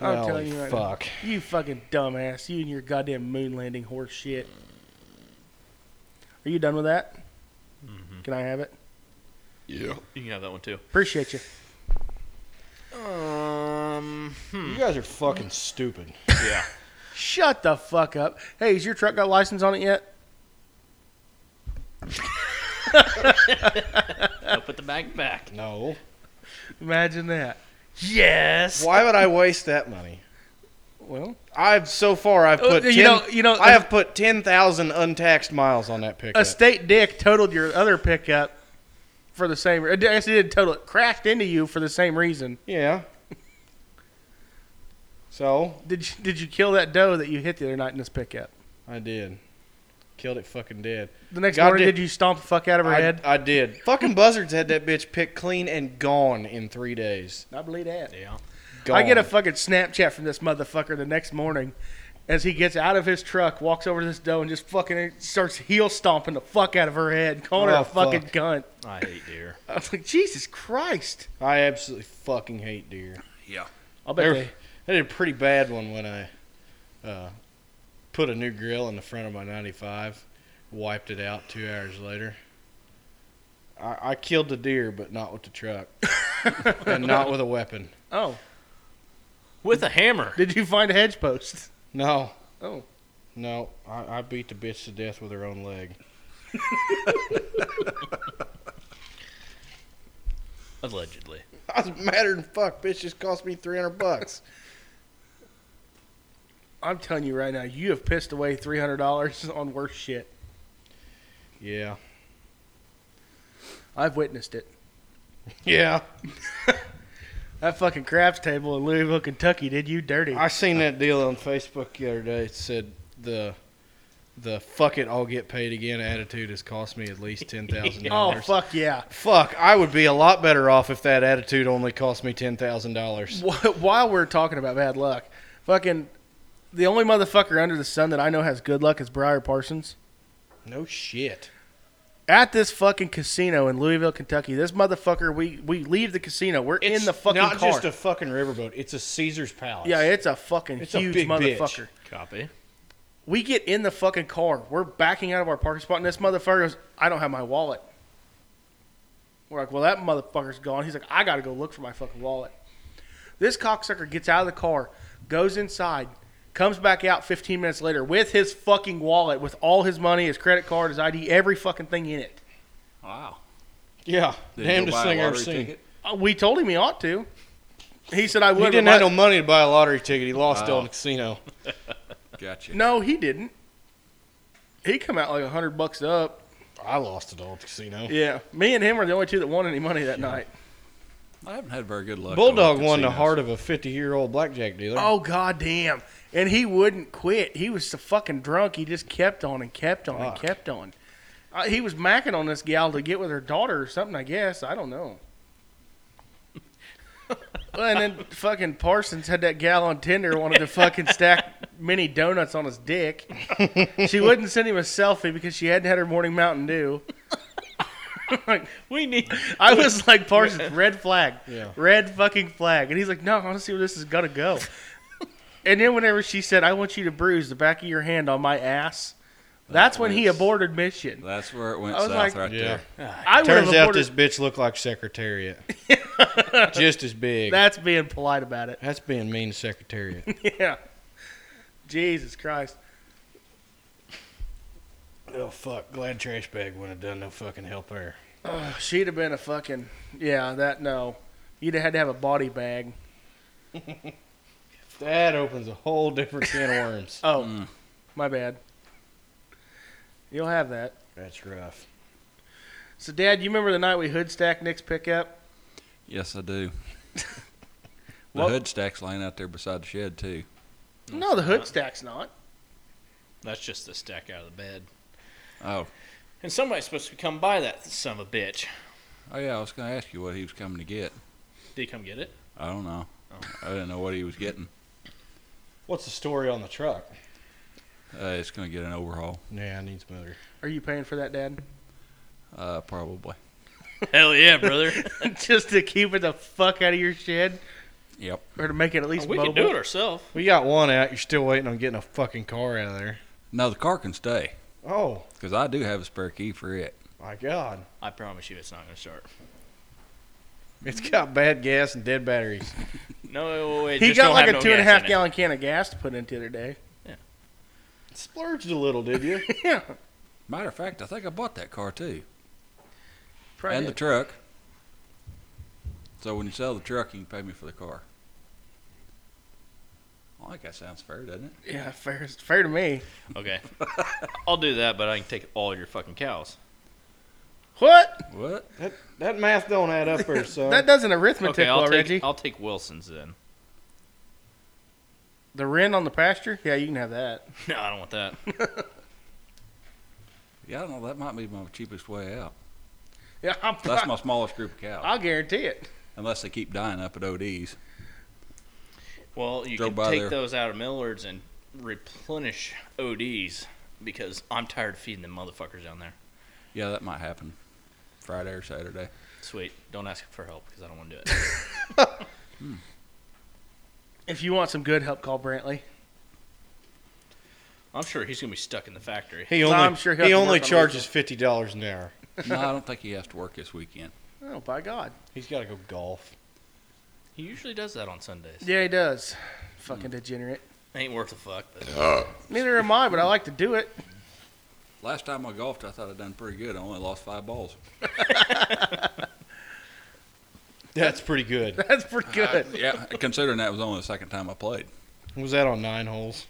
I'm
Oh,
telling you right now.
fuck.
You fucking dumbass. You and your goddamn moon landing horse shit. Are you done with that? Can I have it?
You can have that one too.
Appreciate you.
Um,
hmm.
You guys are fucking stupid.
yeah.
Shut the fuck up. Hey, has your truck got license on it yet?
I'll put the bag back.
No.
Imagine that.
Yes.
Why would I waste that money?
Well,
I've so far I've
Uh,
put
you
10
know- you know,
I
a-
have put ten thousand untaxed miles on that pickup.
a state dick totaled your other pickup for the same. I guess it didn't total it. Crashed into you for the same reason.
yeah. So
Did you, did you kill that doe that you hit the other night in this pickup?
I did. Killed it fucking dead.
The next
God
morning,
did-
did you stomp the fuck out of her
I,
head?
I did. Fucking buzzards had that bitch picked clean and gone in three days.
I believe that.
Yeah.
Gone.
I get a fucking Snapchat from this motherfucker the next morning. as he gets out of his truck, walks over to this doe and just fucking starts heel stomping the fuck out of her head, calling her
Oh,
a fucking
fuck.
cunt.
I hate deer.
I was like, Jesus Christ!
I absolutely fucking hate deer.
Yeah.
I'll bet
They were-
they,
I did a pretty bad one when I uh, put a new grill in the front of my 95, wiped it out two hours later. I, I killed the deer, but not with the truck, and not with a weapon.
Oh,
With a hammer.
did you find a hedge post?
No,
Oh,
no, I, I beat the bitch to death with her own leg.
Allegedly.
I was madder than fuck. Bitch just cost me 300 bucks.
I'm telling you right now, you have pissed away three hundred dollars on worse shit.
yeah,
I've witnessed it.
yeah.
That fucking craps table in Louisville, Kentucky, did you dirty?
I seen that deal on Facebook the other day. It said the the fuck it, I'll get paid again attitude has cost me at least ten thousand
oh
dollars.
fuck yeah!
Fuck, I would be a lot better off if that attitude only cost me ten thousand dollars.
Wh- While we're talking about bad luck, fucking the only motherfucker under the sun that I know has good luck is Briar Parsons.
No shit.
At this fucking casino in Louisville, Kentucky, this motherfucker, we, we leave the casino. We're in the fucking
not
car.
just a fucking riverboat. It's a Caesar's Palace.
yeah, it's a fucking
It's a
huge
big bitch.
motherfucker.
Copy.
We get in the fucking car. We're backing out of our parking spot, and this motherfucker goes, I don't have my wallet. We're like, well, that motherfucker's gone. He's like, I got to go look for my fucking wallet. This cocksucker gets out of the car, goes inside, comes back out 15 minutes later with his fucking wallet, with all his money, his credit card, his ID, every fucking thing in it.
Wow.
yeah.
Did you go
Damnedest
buy a
thing I've ever
lottery
seen.
ticket?
Uh, We told him he ought to. He said, I would.
He
but
didn't
my-
have no money to buy a lottery ticket. He lost it
Wow.
on the casino.
Gotcha.
no, he didn't. He come out like 100 bucks up.
I lost it all at the casino.
Yeah. Me and him were the only two that won any money that night.
I haven't had very good luck.
Bulldog
on
won the
casinos.
heart of a fifty-year-old blackjack dealer.
Oh god damn. And he wouldn't quit. He was so fucking drunk. He just kept on and kept on and
Fuck.
kept on. Uh, he was macking on this gal to get with her daughter or something, I guess. I don't know. well, and then fucking Parsons had that gal on Tinder wanted to fucking stack mini donuts on his dick. She wouldn't send him a selfie because she hadn't had her morning Mountain Dew. Like,
We need.
I was like, Parsons, red flag.
Yeah.
Red fucking flag. And he's like, no, I want to see where this is going to go. and then whenever she said, I want you to bruise the back of your hand on my ass, that's when he
Nice.
aborted mission.
That's where it went
I was
south
like-
right
Yeah.
there.
I would have
Turns out
aborted.
this bitch looked like Secretariat. Just as big.
That's being polite about it.
That's being mean to Secretariat.
yeah. Jesus Christ.
oh fuck! Glad trash bag wouldn't have done no fucking help there.
Oh, she'd have been a fucking, yeah, that, no. You'd have had to have a body bag.
That opens a whole different can of worms.
Oh,
Mm.
my bad. You'll have that.
That's rough.
So, Dad, you remember the night we hood stacked Nick's pickup?
Yes, I do. the
What-
hood stack's laying out there beside the shed too.
No, the hood stack's not.
That's just the stack out of the bed.
Oh,
And somebody's supposed to come by that son of a bitch.
oh yeah. I was gonna ask you what he was coming to get.
Did he come get it?
I don't know. I didn't know what he was getting.
What's the story on the truck?
Uh, it's gonna get an overhaul,
Yeah, I need some other.
Are you paying for that, Dad?
uh, probably.
Hell yeah, brother.
Just to keep it the fuck out of your shed,
Yep.
or to make it at least
Oh, we
mobile.
can do it ourselves.
We got one out. You're still waiting on getting a fucking car out of there.
No, the car can stay
Oh
because I do have a spare key for it.
my god!
I promise you it's not going to start.
It's got bad gas and dead batteries.
No, it
He
just
got
don't
like
have
a
no
two and a
gas
half
in it.
gallon can of gas to put in the other day.
Splurged a little, did you?
yeah,
Matter of fact, I think I bought that car too,
probably.
and the truck. So when you sell the truck, you can pay me for the car. I think that sounds fair, doesn't it?
yeah, fair, fair to me.
Okay. I'll do that, but I can take all your fucking cows.
What?
What?
that, that math don't add up there,
Uh,
son.
That does an arithmetic
Okay, I'll
well,
take,
Reggie.
I'll take Wilson's then.
The wren on the pasture? Yeah, you can have that.
No, I don't want that.
Yeah, I don't know. That might be my cheapest way out.
Yeah, I'm,
That's my smallest group of cows,
I'll guarantee it.
unless they keep dying up at ODs.
Well, you can
Drove by
take
there.
those out of Millard's and replenish ODs because I'm tired of feeding them motherfuckers down there.
Yeah, that might happen Friday or Saturday.
Sweet. Don't ask for help because I don't want to do it.
If you want some good help, call Brantley.
I'm sure he's gonna be stuck in the factory.
He
Well,
only
I'm sure he'll
he
have to
only
work on it.
charges fifty dollars an hour.
No, I don't think he has to work this weekend.
Oh, by God.
He's got to go golf.
He usually does that on Sundays.
Yeah, he does. Fucking degenerate.
Ain't worth a fuck. But
Neither am I, but I like to do it.
Last time I golfed, I thought I'd done pretty good. I only lost five balls.
That's pretty good.
That's pretty good.
Yeah, considering that was only the second time I played.
Was that on nine holes?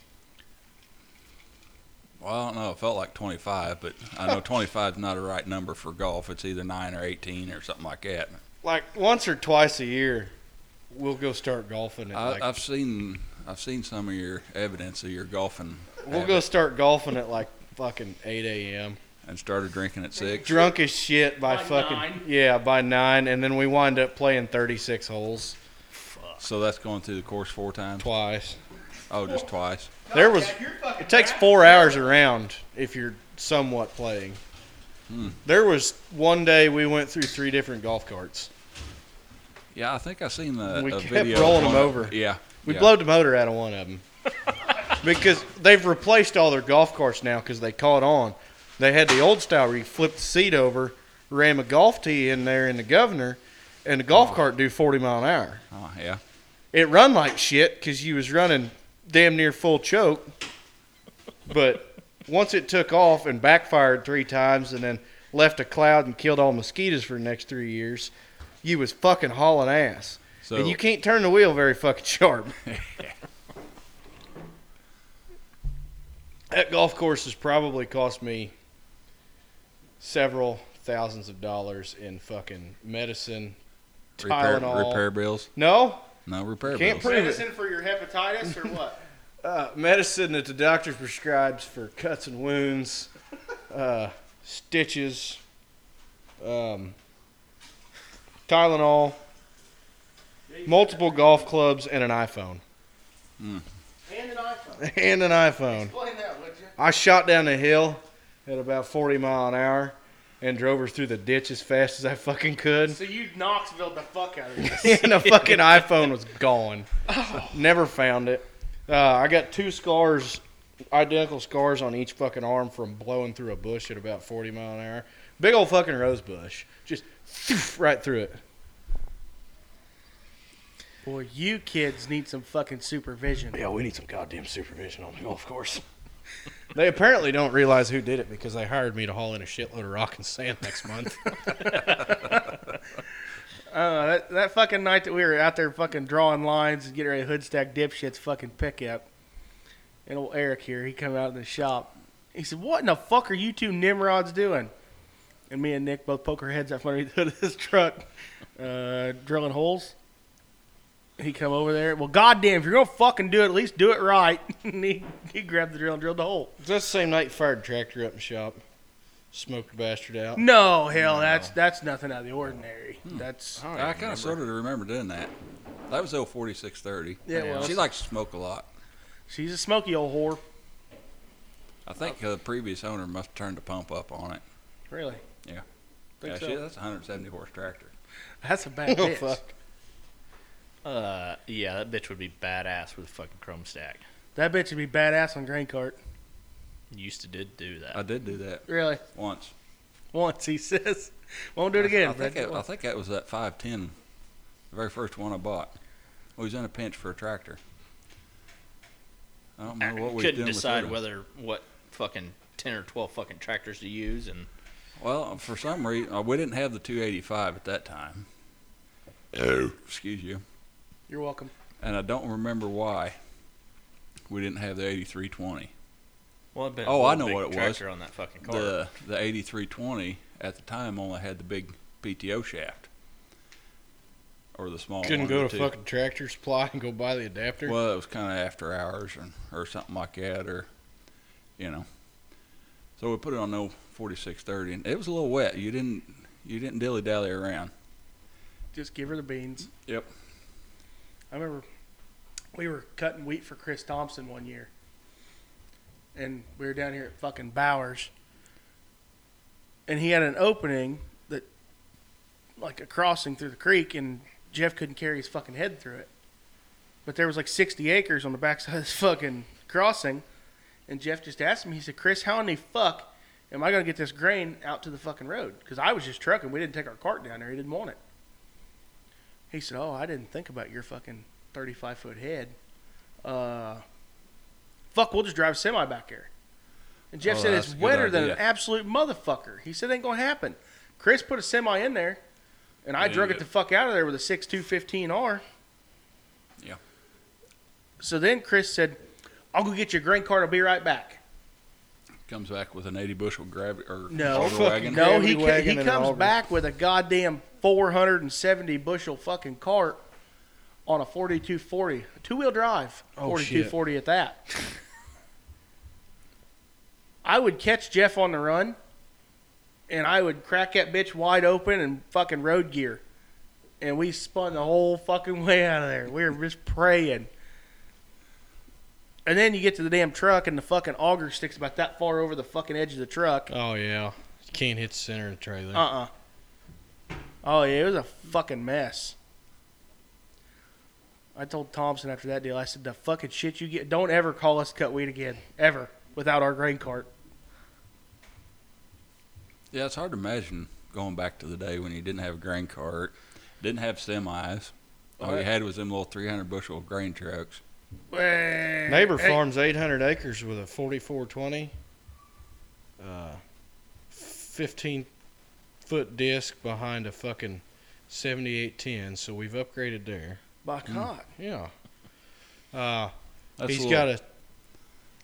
Well, I don't know. It felt like 25, but I know 25 is not a right number for golf. It's either 9 or 18 or something like that.
Like once or twice a year, we'll go start golfing. At
I,
like,
I've seen I've seen some of your evidence of your golfing
we'll
habit
go start golfing at like fucking eight a.m.
and started drinking at 6.
Drunk as shit by,
By
fucking
nine.
yeah by nine, and then we wind up playing thirty-six holes
So that's going through the course four times?
twice.
Oh, just twice.
There was.
You're fucking
It takes four hours around if you're somewhat playing. There was one day we went through three different golf carts.
Yeah, I think I seen the
We
a
kept
video. of
rolling
one
'em
of-
over.
Yeah.
We
yeah.
blowed the motor out of one of them because they've replaced all their golf carts now because they caught on. They had the old style where you flip the seat over, ram a golf tee in there in the governor, and the golf cart do 40 mile an hour.
Oh, yeah.
It run like shit because you was running damn near full choke. But once it took off and backfired three times and then left a cloud and killed all mosquitoes for the next three years, you was fucking hauling ass.
So
and you can't turn the wheel very fucking sharp. that golf course has probably cost me several thousands of dollars in fucking medicine.
repair,
Tylenol.
repair bills?
No,
No repair
Can't
bills.
prove it.
for your hepatitis or what?
Uh, medicine that the doctor prescribes for cuts and wounds, uh, stitches, um, Tylenol, multiple golf clubs, and an iPhone.
Hmm. And an iPhone.
And an iPhone.
Explain that, would you?
I shot down the hill at about 40 mile an hour and drove her through the ditch as fast as I fucking could.
So you Knoxville the fuck out of this.
and the fucking iPhone was gone. Never found it. Uh, I got two scars, identical scars on each fucking arm from blowing through a bush at about 40 mile an hour. Big old fucking rose bush. Just right through it.
Boy, you kids need some fucking supervision.
Yeah, we need some goddamn supervision on the golf course. they apparently don't realize who did it because they hired me to haul in a shitload of rock and sand next month.
Uh, that, that fucking night that we were out there fucking drawing lines and getting ready to hoodstack dipshits fucking pickup. And old Eric here, he come out in the shop. He said, "What in the fuck are you two nimrods doing?" And me and Nick both poke our heads out from underneath the hood of this truck, uh, drilling holes. He come over there. Well, goddamn, if you're gonna fucking do it, at least do it right. and he, he grabbed the drill and drilled the hole.
That's the same night you fired a tractor up in the shop. Smoked the bastard out.
No, hell, that's that's nothing out of the ordinary.
Hmm.
That's
I kind of sort of remember doing that. That was 04630.
Yeah, it was.
She likes to smoke a lot.
she's a smoky old whore,
I think uh, the previous owner must have turned the pump up on it.
really.
Yeah.
Think
yeah,
so.
she, that's a 170 horse tractor.
That's a bad
Oh,
bitch.
fuck.
uh, yeah, that bitch would be badass with a fucking chrome stack.
That bitch would be badass on grain cart.
Used to did do that.
I did do that
Really?
once.
Once he says, won't do it again.
I think,
Fred.
it, I think that was that 510, the very first one I bought. We was in a pinch for a tractor. I don't
I
remember what we was
couldn't
doing
decide
with it.
whether what fucking ten or twelve fucking tractors to use, and
Well, for some reason, uh, we didn't have the 285 at that time. Excuse you.
You're welcome.
And I don't remember why we ditn't have the 8320.
well, it'd been
Oh,
one
I know
big
what it was.
tractor on that fucking car.
The the 8320 at the time only had the big PTO shaft or the small.
Couldn't
one,
go
the
to
two.
fucking tractor supply and go buy the adapter.
Well, it was kind of after hours or, or something like that, or you know. So we put it on no forty six thirty, and it was a little wet. You didn't you didn't dilly dally around.
Just give her the beans.
Yep.
I remember we were cutting wheat for Chris Thompson one year, and we were down here at fucking Bowers, and he had an opening that, like a crossing through the creek, and Jeff couldn't carry his fucking head through it. But there was like 60 acres on the backside of this fucking crossing, and Jeff just asked me. He said, "Chris, how in the fuck am I gonna get this grain out to the fucking road? Because I was just trucking. We didn't take our cart down there. He didn't want it." He said, "Oh, I didn't think about your fucking 35 foot head." Uh, fuck, we'll just drive a semi back there. And Jeff
Oh,
said
that's
it's
a good
wetter than
idea.
an absolute motherfucker. He said it ain't gonna happen. Chris put a semi in there, and I
Yeah,
drug
you
it
did.
the fuck out of there with a six two fifteen R.
Yeah.
So then Chris said, "I'll go get your grain cart. I'll be right back."
Comes back with an 80 bushel grab or
No.
shoulder
Fuck
wagon.
No, he
Gravity
ca- he
wagon and an
comes
auger.
back with a goddamn four hundred and seventy bushel fucking cart on a forty two forty two wheel drive
Oh,
forty two
shit.
forty at that. I would catch Jeff on the run, and I would crack that bitch wide open and fucking road gear, and we spun the whole fucking way out of there. We were just praying. And then you get to the damn truck, and the fucking auger sticks about that far over the fucking edge of the truck.
Oh yeah, you can't hit the center of the trailer.
Uh uh Oh, yeah, it was a fucking mess. I told Thompson after that deal, I said, the fucking shit you get, don't ever call us to cut weed again, ever, without our grain cart.
Yeah, it's hard to imagine going back to the day when you didn't have a grain cart, didn't have semis. All you
Right.
had was them little 300 bushel grain trucks.
Neighbor
Hey,
farms 800 acres with a 4420, uh, 15 foot disc behind a fucking 7810. So we've upgraded there.
By God.
Yeah. Uh,
That's
he's
a little,
got a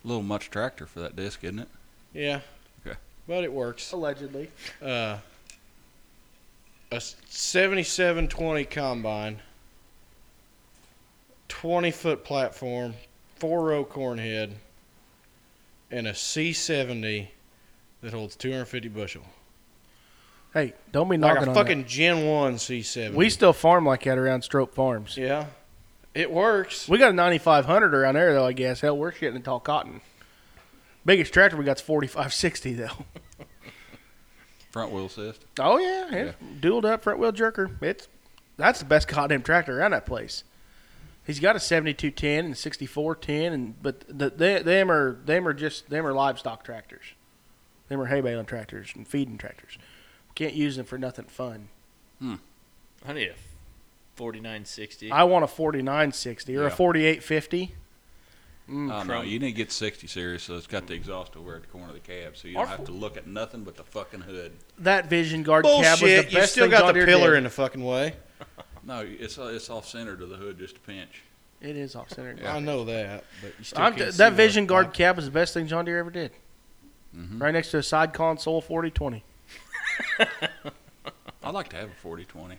little much tractor for that disc, isn't it?
yeah.
Okay.
But it works.
Allegedly.
Uh, a 7720 combine, 20 foot platform, four row corn head, and a C70 that holds 250 bushel.
Hey, don't be
Like
knocking
a
on
fucking Gen 1 C70.
that. We still farm like that around Strope Farms.
yeah. It works.
We got a 9500 around there, though, I guess. Hell, we're shitting in tall cotton. Biggest tractor we got's 4560, though.
Front wheel assist.
Oh yeah, yeah. dualed up front wheel jerker. It's that's the best goddamn tractor around that place. He's got a seventy-two ten and sixty-four ten, and but the, they, them are them are just them are livestock tractors. Them are hay baling tractors and feeding tractors. Can't use them for nothing fun.
I need a 4960.
I want a forty-nine sixty or a
Yeah.
forty-eight fifty.
Oh, no,
crumb.
you need to get 60 series, so it's got the exhaust over at the corner of the cab, so you
Our
don't have
fo-
to look at nothing but the fucking hood.
That Vision Guard cab was the
Bullshit.
best
You still
thing
got
John
the
Deere
pillar
did.
in the fucking way.
No, it's it's off center to the hood just a pinch.
It is off center.
I know that, but you still
I'm,
can't see uh,
that Vision
what-
Guard cab was the best thing John Deere ever did.
Mm-hmm.
Mhm.
Right next to a side console forty twenty.
I'd like to have a 4020.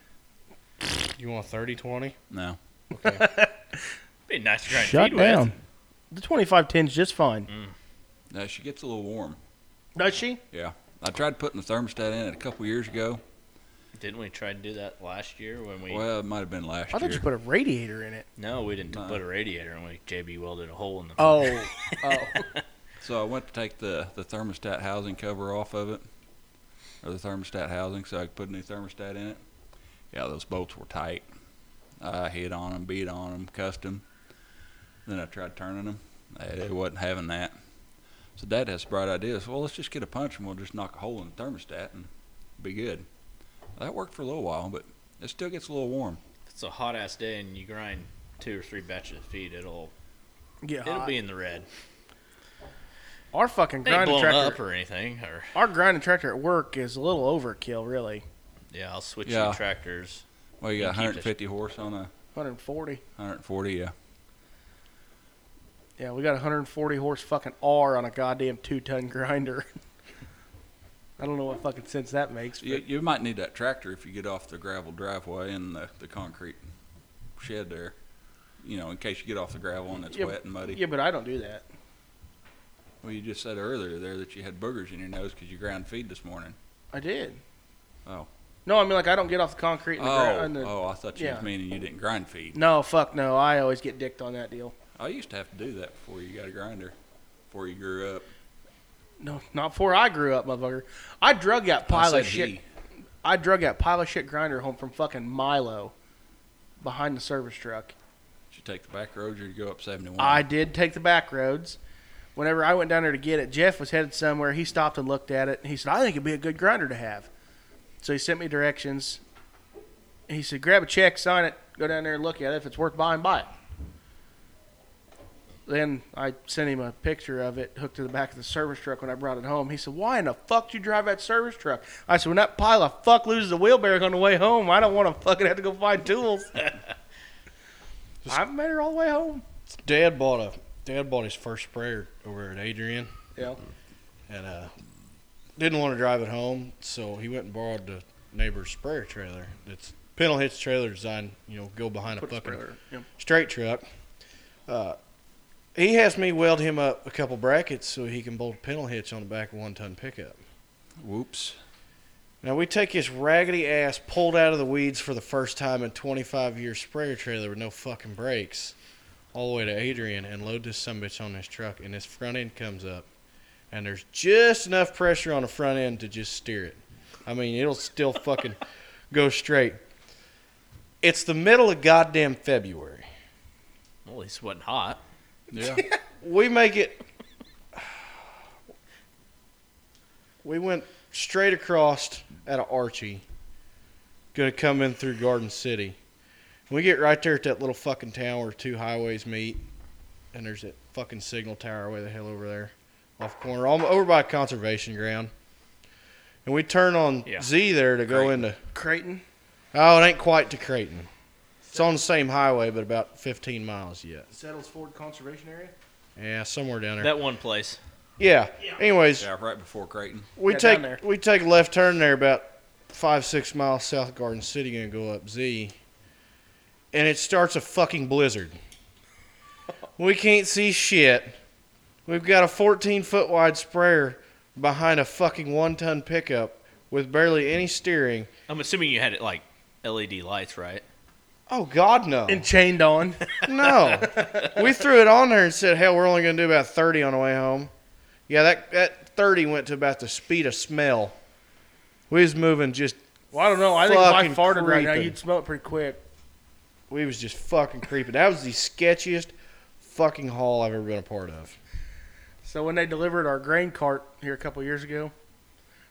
You want 3020?
No.
Okay.
Be nice to try and
Shut
feed
down.
with.
The 2510's just fine.
No, she gets a little warm.
Does she?
I tried putting the thermostat in it a couple years ago.
Didn't we try to do that last year when we?
Well, it might have been last
I
year.
thought you put a radiator in it.
no, we didn't
No.
put a radiator, and we JB welded a hole in the.
Oh, oh.
So I went to take the, the thermostat housing cover off of it, or the thermostat housing, so I could put a new thermostat in it. Yeah, those bolts were tight. I hit on them, beat on them, cussed 'em. Then I tried turning them. It wasn't having that. So Dad has a bright idea. So, well, let's just get a punch and we'll just knock a hole in the thermostat and be good. That worked for a little while, but it still gets a little warm.
If it's a hot ass day, and you grind two or three batches of feed. It'll
yeah.
it'll be in the red.
our fucking
It ain't
grinding
blown up
tractor.
or anything. Or
Our grinding tractor at work is a little overkill, really.
yeah, I'll switch
Yeah.
the tractors.
Well, you got
Keep it-
150 horse on a
140.
140, yeah.
Yeah, we got a 140 horse fucking R on a goddamn two ton grinder. I don't know what fucking sense that makes. But
You, you might need that tractor if you get off the gravel driveway and the, the concrete shed there. You know, in case you get off the gravel and it's
Yeah,
wet and muddy.
yeah, but I don't do that.
Well, you just said earlier there that you had boogers in your nose because you ground feed this morning.
I did.
Oh.
No, I mean like I don't get off the concrete. And the gra-
Oh,
and the-
oh, I thought you
yeah.
was meaning you didn't grind feed.
No, fuck no. I always get dicked on that deal.
I used to have to do that before you got a grinder. before you grew up.
No, not before I grew up, motherfucker. I drug that
I
pile
said
of shit.
he.
I drug that pile of shit grinder home from fucking Milo behind the service truck.
Did you take the back road or you go up 71?
I did take the back roads. Whenever I went down there to get it, Jeff was headed somewhere. He stopped and looked at it, and he said, "I think it'd be a good grinder to have." So he sent me directions. He said, "Grab a check, sign it, go down there and look at it. If it's worth buying, buy it." Then I sent him a picture of it hooked to the back of the service truck when I brought it home. He said, "Why in the fuck do you drive that service truck?" I said, "When that pile of fuck loses a wheelbarrow on the way home, I don't want to fucking have to go find tools." I met her all the way home.
Dad bought a Dad bought his first sprayer over at Adrian,
Yeah.
and uh, didn't want to drive it home, so he went and borrowed the neighbor's sprayer trailer. It's Pennell Hitch trailer design, you know, go behind a fucking straight truck. Uh, he has me weld him up a couple brackets so he can bolt a panel hitch on the back of one ton pickup.
Whoops.
Now we take his raggedy ass pulled out of the weeds for the first time in 25 years sprayer trailer with no fucking brakes, all the way to Adrian and load this sumbitch on this truck, and his front end comes up, and there's just enough pressure on the front end to just steer it. I mean, it'll still fucking go straight. It's the middle of goddamn February.
Well, at least it wasn't hot.
Yeah.
we make it. We went straight across out of Archie, gonna come in through Garden City. We get right there at that little fucking town where two highways meet, and there's that fucking signal tower way the hell over there, off corner, all, over by conservation ground. And we turn on
Yeah.
Z there to go
Creighton.
into.
Creighton.
Oh, it ain't quite to Creighton. It's on the same highway, but about 15 miles yet.
Settles Ford Conservation Area.
Yeah, somewhere down there.
That one place.
yeah. Anyways,
yeah, right before Creighton.
We
Yeah, down there.
take we take a left turn there about five six miles south of Garden City, gonna go up Z, and it starts a fucking blizzard. we can't see shit. We've got a 14 foot wide sprayer behind a fucking one ton pickup with barely any steering.
I'm assuming you had it like LED lights, right?
Oh God, no,
And chained on.
no. we threw it on there and said, "Hell, we're only gonna do about 30 on the way home." Yeah, that that 30 went to about the speed of smell. We was moving just
Well, I don't know. I think if I
Fucking
farted right now,
creeping.
you'd smell it pretty quick.
We was just fucking creeping. That was the sketchiest fucking haul I've ever been a part of.
So when they delivered our grain cart here a couple years ago,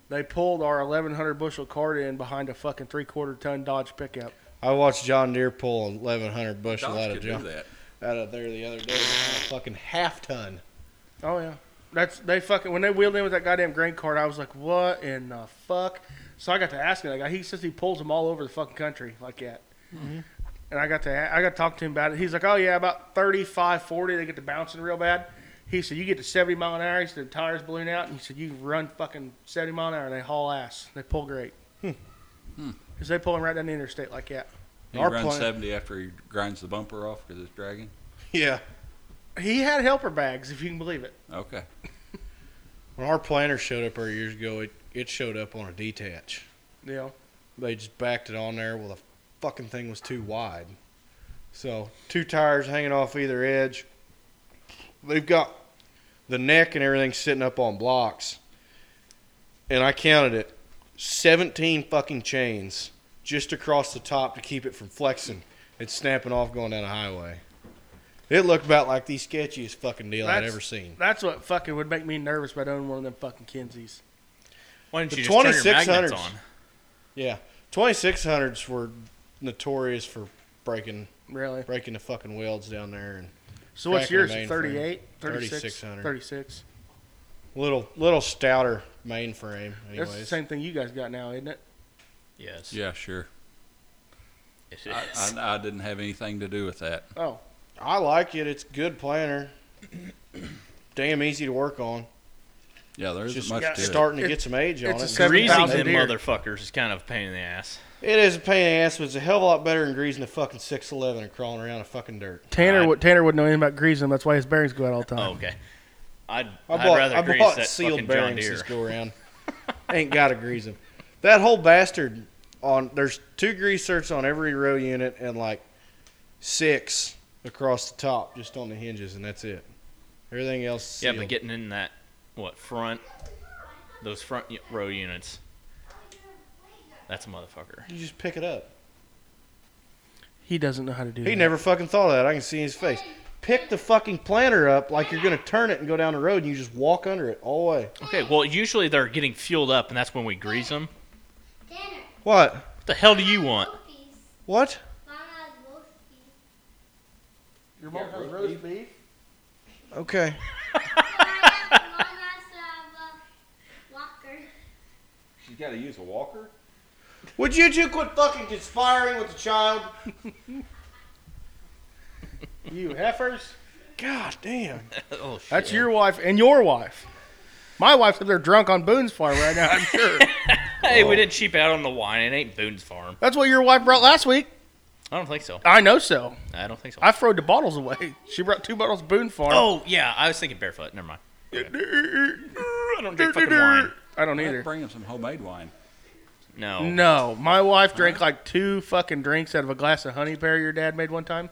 they pulled our 1,100 bushel cart in behind a fucking three quarter ton Dodge pickup.
I watched John Deere pull an 1100 bushel
Dodge
out
could
of
do
John,
that.
out of there the other day. fucking half ton.
Oh yeah, that's they fucking when they wheeled in with that goddamn grain cart. I was like, what in the fuck? So I got to ask him. Like, he says he pulls them all over the fucking country like that. And I got to a- I got to talk to him about it. He's like, oh yeah, about 35, 40, they get to bouncing real bad. He said, you get to 70 mile an hour, he said, the tires balloon out. And he said, you run fucking 70 mile an hour, and they haul ass. They pull great. Because they pull them right down the interstate like that.
He
Our
runs
plan-
70 after he grinds the bumper off because it's dragging.
Yeah.
He had helper bags, if you can believe it.
Okay.
When our planter showed up there years ago, it, it showed up on a detach.
You know,
They just backed it on there. Well, the fucking thing was too wide. So two tires hanging off either edge. They've got the neck and everything sitting up on blocks. And I counted it 17 fucking chains just across the top to keep it from flexing and snapping off going down a highway. It looked about like the sketchiest fucking deal I'd
That's-
ever seen.
that's what fucking would make me nervous about owning one of them fucking Kinseys.
Why didn't
The
you just turn your magnets
2600s.
on?
Yeah. 2600s were notorious for breaking
Really?
breaking the fucking welds down there and
So what's
Cracking the
yours?
mainframe.
38, 36,
3600.
36.
little little stouter mainframe
That's the
anyways
same thing you guys got now, isn't it?
Yes.
Yeah, sure.
It is.
I, I, I didn't have anything to do with that.
Oh,
i like it it's good planner damn easy to work on
Yeah, there isn't
just
much to it.
starting to
It-
get some age on
it's a
it
seven-
Greasing
7,000
them
deer.
motherfuckers is kind of a pain in the ass.
it is a pain in the ass but it's a hell of a lot better than greasing a fucking 611 and crawling around a fucking dirt
Tanner.
I-
would Tanner wouldn't know anything about greasing. That's why his bearings go out all the time.
Oh, okay. I'd,
i
I'd
bought,
rather
I
grease
bought
that
sealed
fucking John
bearings
Deere.
this go around ain't gotta grease them that whole bastard on there's two grease certs on every row unit and like six across the top just on the hinges and that's it Everything else.
Yeah,
Sealed.
but getting in that what front, those front y- row units. That's a motherfucker.
you just pick it up.
He doesn't know how to do.
He
that.
never fucking thought of that. I can see his face. Pick the fucking planter up like you're gonna turn it and go down the road, and you just walk under it all the way.
Okay, well usually they're getting fueled up, and that's when we grease them.
Dinner.
What?
What the hell do you want?
Wolfies.
What?
Mama has wolfies.
Your mom has roast beef.
Okay.
Mama has a walker.
She's got to use a walker.
Would you two quit fucking conspiring with the child?
You heifers.
God damn.
oh shit!
That's your wife and your wife. My wife's up there drunk on Boone's farm right now. I'm sure.
Hey, we didn't cheap out on the wine. It ain't Boone's farm.
That's what your wife brought last week.
I don't think so.
I know so.
I don't think so.
I throwed the bottles away. She brought two bottles of Boone Farm.
oh yeah, I was thinking barefoot. Never mind. I don't drink fucking wine. Oh.
I don't
I'd
either.
Bring him some homemade wine.
No.
No, my wife drank like two fucking drinks out of a glass of honey pear your dad made one time,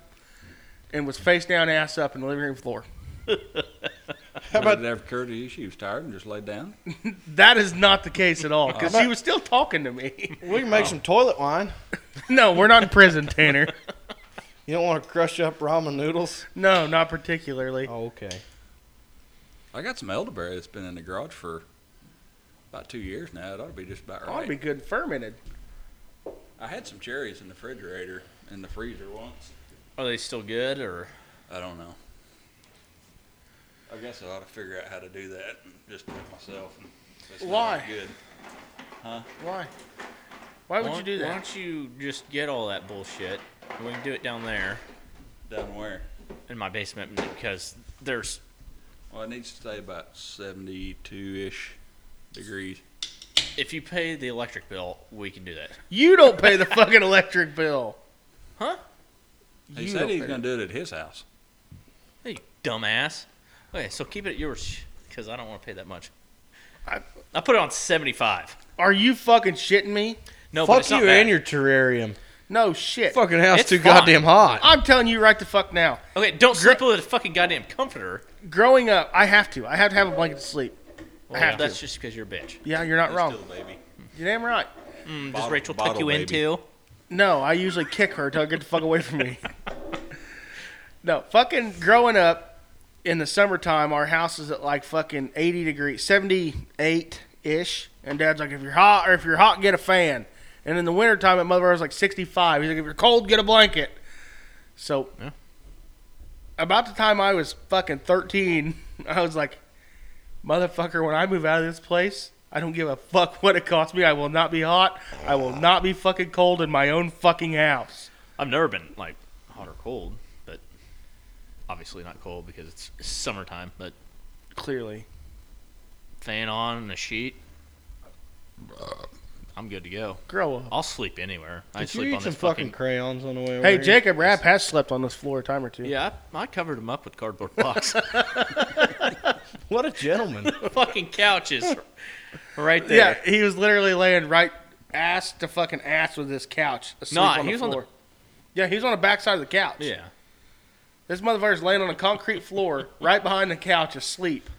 and was face down, ass up, in the living room floor.
How
Did
about
it ever occur to you she was tired and just laid down?
That is not the case at all because she was still talking to me.
we can make some toilet wine?
no, we're not in prison, Tanner.
You don't want to crush up ramen noodles?
No, not particularly.
Oh, okay.
I got some elderberry that's been in the garage for about two years now. It ought to be just about right.
Ought to be good fermented.
I had some cherries in the refrigerator in the freezer once.
Are they still good or?
I don't know. I guess I ought to figure out how to do that and just do it myself. And it's not
Why?
Good.
Why? Why would
why,
you do
Why
that?
don't you just get all that bullshit? and We can do it down there
Down where?
in my basement because there's
Well, it needs to stay about 72 ish degrees.
if you pay the electric bill, we can do that.
You don't pay the fucking electric bill.
Huh?
He
You
said
don't
he
pay
was going to do it at his house.
Hey, you dumbass. Okay, so keep it at yours because I don't want to pay that much. I,
I-
I put it on 75.
Are you fucking shitting me?
No, but
Fuck
it's not
you
bad.
and your terrarium.
No shit.
Fucking house
It's
too
fine.
goddamn hot.
I'm telling you right the fuck now.
Okay, don't sleep with a fucking goddamn comforter.
Growing up, I have to. I have to have a blanket to sleep.
Well,
have
that's
to.
just because you're a bitch.
Yeah, you're not wrong.
Still, baby.
You're damn right.
Mm, does
Bottle-
Rachel tuck
bottle
you
baby.
into?
No, I usually kick her till I get the fuck away from me. no, fucking growing up in the summertime, our house is at like fucking 80 degrees, 78 ish. And dad's like, if you're hot or if you're hot, get a fan. And in the wintertime at Mother was like 65. He's like, if you're cold, get a blanket. So
Yeah.
about the time I was fucking 13, I was like, motherfucker, when I move out of this place, I don't give a fuck what it costs me. I will not be hot. I will not be fucking cold in my own fucking house.
I've never been like hot or cold, but obviously not cold because it's summertime. But
Clearly.
fan on and a sheet, I'm good to go.
Grow up.
I'll sleep anywhere. I
Did you
sleep
eat
on
some
this
fucking crayons on the way over
Hey,
here?
Jacob Rapp has slept on this floor a time or two.
Yeah, I, I covered him up with cardboard box.
What a gentleman.
fucking couches right there.
Yeah, he was literally laying right ass to fucking ass with this couch. asleep
Nah,
on the
he was on the-
floor. Yeah, he was on the back side of the couch.
Yeah.
This motherfucker's laying on a concrete floor right behind the couch asleep.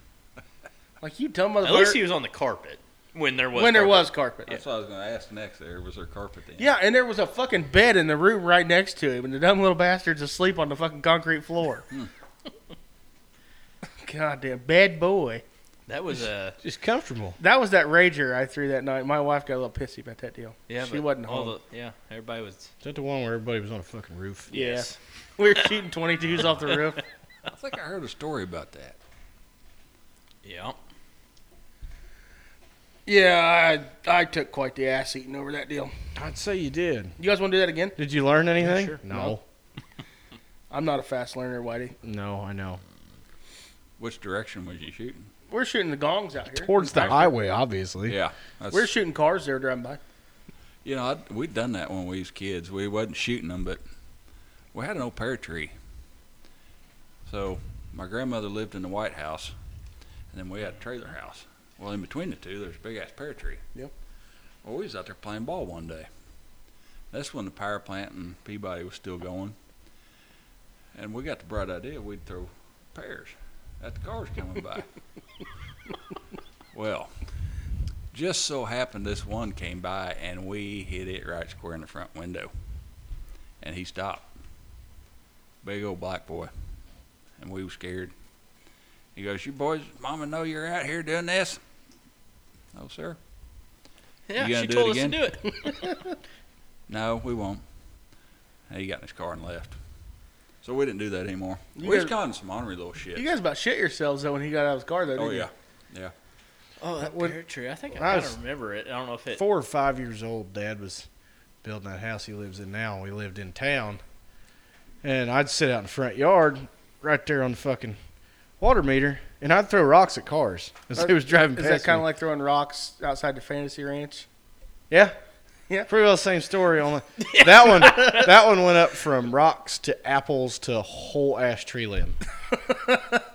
Like, you dumb motherfucker.
At least he was on the carpet when there was
when there
carpet.
was carpet.
That's what I was going to ask next there. Was there carpet then?
Yeah, and there was a fucking bed in the room right next to him, and the dumb little bastard's asleep on the fucking concrete floor. Goddamn, bad boy.
That was uh,
Just comfortable.
That was that rager I threw that night. My wife got a little pissy about that deal.
yeah.
she
but
wasn't
all
home.
the- yeah, everybody was.
Is that the one where everybody was on a fucking roof?
Yeah. we were shooting twenty twos off the roof.
I think I heard a story about that.
Yeah.
Yeah, I I took quite the ass eating over that deal.
I'd say you did.
You guys want to do that again?
Did you learn anything?
sure.
No.
I'm not a fast learner, Whitey.
No, I know.
Which direction was you shooting?
We're shooting the gongs out here.
Towards the highway, obviously.
Yeah. that's-
We're shooting cars there driving by.
You know, I'd, we'd done that when we was kids. We wasn't shooting them, but we had an old pear tree. So my grandmother lived in the White House, and then we had a trailer house. Well, in between the two, there's a big ass pear tree.
Yep.
Well, we was out there playing ball one day. That's when the power plant and Peabody was still going, and we got the bright idea we'd throw pears that the car's coming by. well, just so happened this one came by and we hit it right square in the front window. And he stopped. Big old black boy. And we were scared. He goes, You boys, Mama know you're out here doing this? No, sir.
Yeah,
You gonna
she
do it
told us
again?
to do it.
No, we won't. And he got in his car and left. So we didn't do that anymore.
You
we just
guys-
gotten some honorary little shit.
You guys about shit yourselves though when he got out of his car though.
oh,
didn't you?
yeah. Yeah.
Oh, that
When-
pear tree. I think I
when I
gotta
was
remember it. I don't know if it.
four or five years old, Dad was building that house he lives in now. We lived in town, and I'd sit out in the front yard, right there on the fucking water meter, and I'd throw rocks at cars as they was driving
Is
past.
that kind of
me.
like throwing rocks outside the fantasy ranch?
yeah,
Yeah.
pretty well the same story. Only that one, that one went up from rocks to apples to a whole ash tree limb.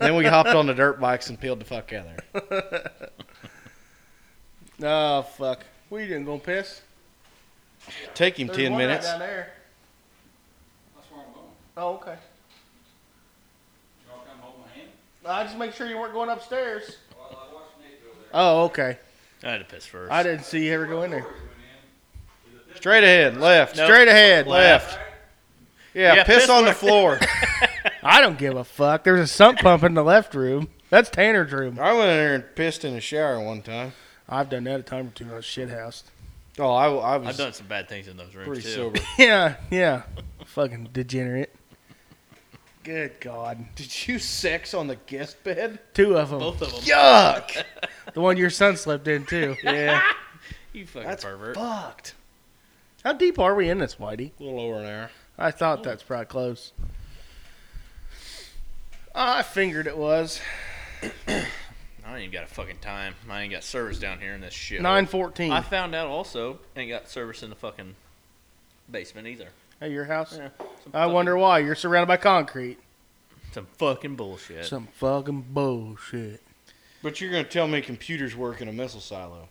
then we hopped on the dirt bikes and peeled the fuck out of there.
Oh fuck! What are you doing? Going piss?
Take him
There's
ten
one right
minutes.
down there.
That's where I'm going.
Oh okay.
Y'all come hold my hand?
I just make sure you weren't going upstairs. Oh okay.
I had to piss first.
I didn't see you ever go in there.
Straight ahead, left,
Nope.
Straight ahead.
left. Yeah,
Yeah,
piss
piss
on the
where-
floor.
I don't give a fuck. There's a sump pump in the left room. That's Tanner's room.
I went in there and pissed in the shower one time.
I've done that a time or two. I was shit housed.
Oh, I, I was
I've done some bad things in those rooms
pretty
too.
sober.
Yeah, yeah. Fucking degenerate. Good God.
Did you sex on the guest bed?
Two of them.
Both of them.
Yuck!
The one your son slept in, too.
yeah,
You fucking
that's
pervert.
fucked.
How deep are we in this, Whitey?
A little over an hour.
I thought that's probably close. I figured it was.
I ain't even got a fucking time. I ain't got service down here in this shit.
914
I found out also ain't got service in the fucking basement either.
at your house.
Yeah.
I wonder why. You're surrounded by concrete.
Some fucking bullshit.
Some fucking bullshit.
But you're gonna tell me computers work in a missile silo?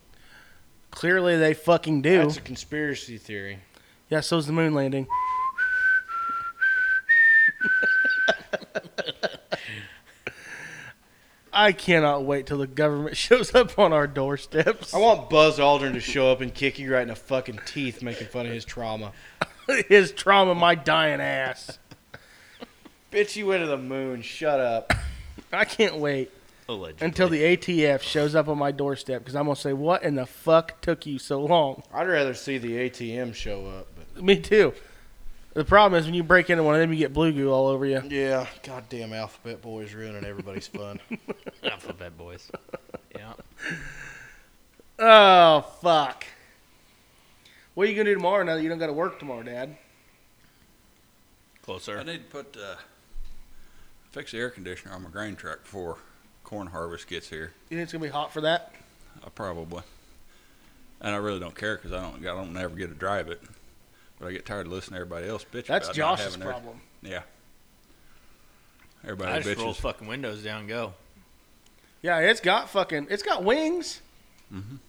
Clearly they fucking do.
That's a conspiracy theory.
yeah, so's the moon landing. I cannot wait till the government shows up on our doorsteps.
I want Buzz Aldrin to show up and kick you right in the fucking teeth, making fun of his trauma.
his trauma, my dying ass.
Bitch, you went to the moon. Shut up.
I can't wait
Allegedly.
until the ATF shows up on my doorstep because I'm gonna say, "What in the fuck took you so long?"
I'd rather see the ATM show up.
Me too. The problem is when you break into one of them, you get blue goo all over you.
But yeah, goddamn alphabet boys ruining everybody's fun.
alphabet boys. Yeah.
Oh fuck! What are you gonna do tomorrow? Now that you don't got to work tomorrow, Dad.
I
Closer.
need to put uh, fix the air conditioner on my grain truck before corn harvest gets here.
You think it's gonna be hot for that?
I probably, and I really don't care because I don't I don't never get to drive it. But I get tired of listening to everybody else bitch.
That's
about not
Josh's
having air-
problem.
I
Everybody
just roll
bitches.
fucking windows down and go.
Yeah, it's got fucking, it's got wings,
Mhm.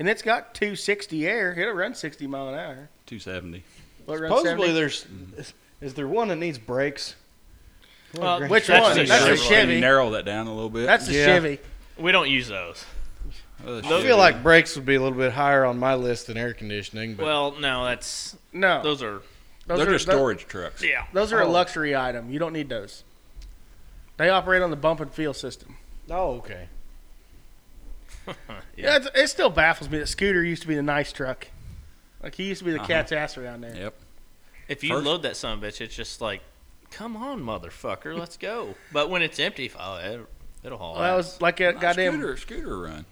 and it's got 260 air. It'll run 60 mile an hour.
Two seventy.
Will it run
Supposedly,
70?
there's is, is there one that needs brakes?
Uh,
Great.
which
That's
one?
a
That's a
Chevrolet.
Chevy.
Narrow that down a little bit.
That's a
Yeah.
Chevy.
We don't use those.
Oh,
I
shit.
feel like brakes would be a little bit higher on my list than air conditioning, but
Well, no, that's
No,
those are
those
they're just
tho-
storage trucks.
yeah.
Those are a
Oh.
luxury item. You don't need those. They operate on the bump and feel system.
oh okay.
Yeah,
Yeah.
it's, it still baffles me that Scooter used to be the nice truck. Like he used to be the
Uh-huh.
cat's ass around there.
Yep.
If you
First-
load that son of a bitch, it's just like, come on, motherfucker, let's go. But when it's empty, oh, it, it'll haul.
Well, that
ass.
was like a
Nah,
goddamn.
scooter. Scooter run.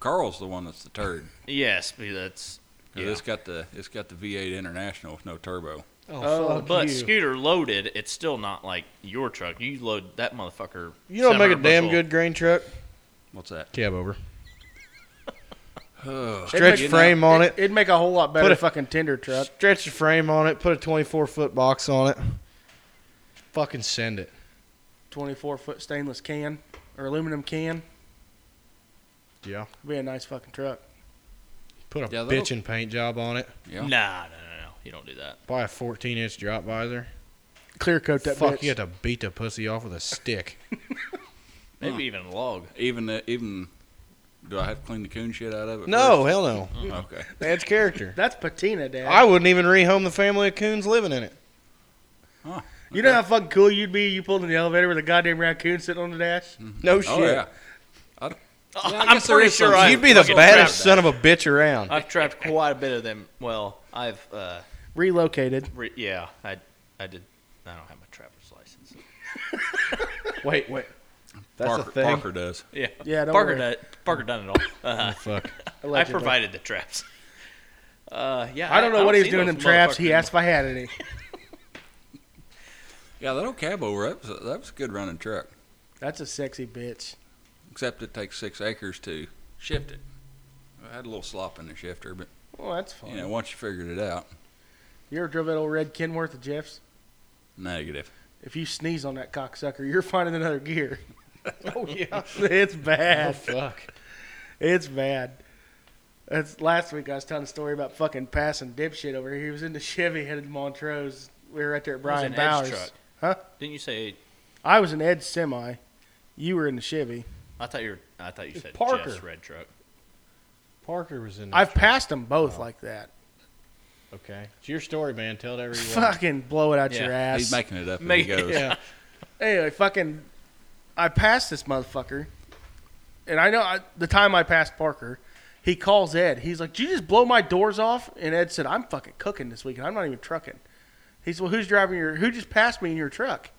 Carl's the one that's the turd.
yes, but that's
'Cause
Yeah.
It's got the it's got the V8 International with no turbo.
Oh, fuck
But
you.
scooter loaded, it's still not like your truck. You load that motherfucker.
you don't make a
700
damn
bushel.
good grain truck.
What's that?
Cab over.
Oh,
It'd
Stretch
make-
frame on it.
It'd make a whole lot better
Put a-
fucking tender truck.
Stretch the frame on it. Put a 24 foot box on it. Fucking send it.
Twenty-four foot stainless can or aluminum can.
Yeah.
It'd be a nice fucking truck.
Put a
Yeah, that'll-
bitchin' paint job on it.
yeah.
Nah, no, no, no. You don't do that.
Buy a 14 inch drop visor.
Clear coat that
Fuck,
bitch.
you have to beat the pussy off with a stick.
Maybe even log.
Even the, even do I have to clean the coon shit out of it?
No, hell no.
first? Oh, Okay.
That's character.
That's patina, Dad.
I wouldn't even rehome the family of coons living in it.
you know how fucking cool you'd be. You pulled in the elevator with a goddamn raccoon sitting on the dash.
No shit.
Oh yeah. I, d- yeah, I
I'm
guess there
pretty
is
sure
some-
I-
You'd be the
Fucking
baddest
crap.
son of a bitch around.
Uh,
I've trapped quite a bit of them. Well, I've uh,
Relocated.
re- yeah, I I did. I don't have my trapper's license.
Wait, wait.
That's
Parker,
a thing.
Parker does.
Yeah,
Yeah, don't
Parker
worry.
done, Parker done it all. Uh,
Fuck.
I
Allegedly.
provided the traps. Uh, yeah,
I don't know what he was
seen
doing
those
them traps. He
motherfuckers.
asked if I had any.
Yeah, that old cab over that was a, that was a good running truck.
That's a sexy bitch.
Except it takes six acres to shift it. I had a little slop in the shifter, but
Well, that's fine.
you know once you figured it out,
You ever drove that old red Kenworth of Jeff's?
negative.
If you sneeze on that cocksucker, you're finding another gear.
Oh yeah.
it's
Oh
bad.
fuck.
It's bad. That's last week. I was telling a story about fucking passing dipshit over here. He was in the Chevy headed to Montrose. We were right there at
It was
Brian
an Edge
Bowers.
truck.
Huh?
Didn't you say?
I was an Ed semi. You were in the Chevy.
I thought you were. I thought you
It's
said
Parker.
Jeff's red truck.
Parker was in.
I've
this
passed them both like that.
one. Okay, it's your story, man. Tell it every one.
Fucking blow it out
Yeah,
your ass.
He's making it up as he
Make-
goes.
Yeah.
Anyway, fucking, I passed this motherfucker, and I know I, the time I passed Parker, he calls Ed. He's like, "Did you just blow my doors off?" And Ed said, "I'm fucking cooking this weekend. I'm not even trucking." He said, "Well, who's driving your? Who just passed me in your truck?"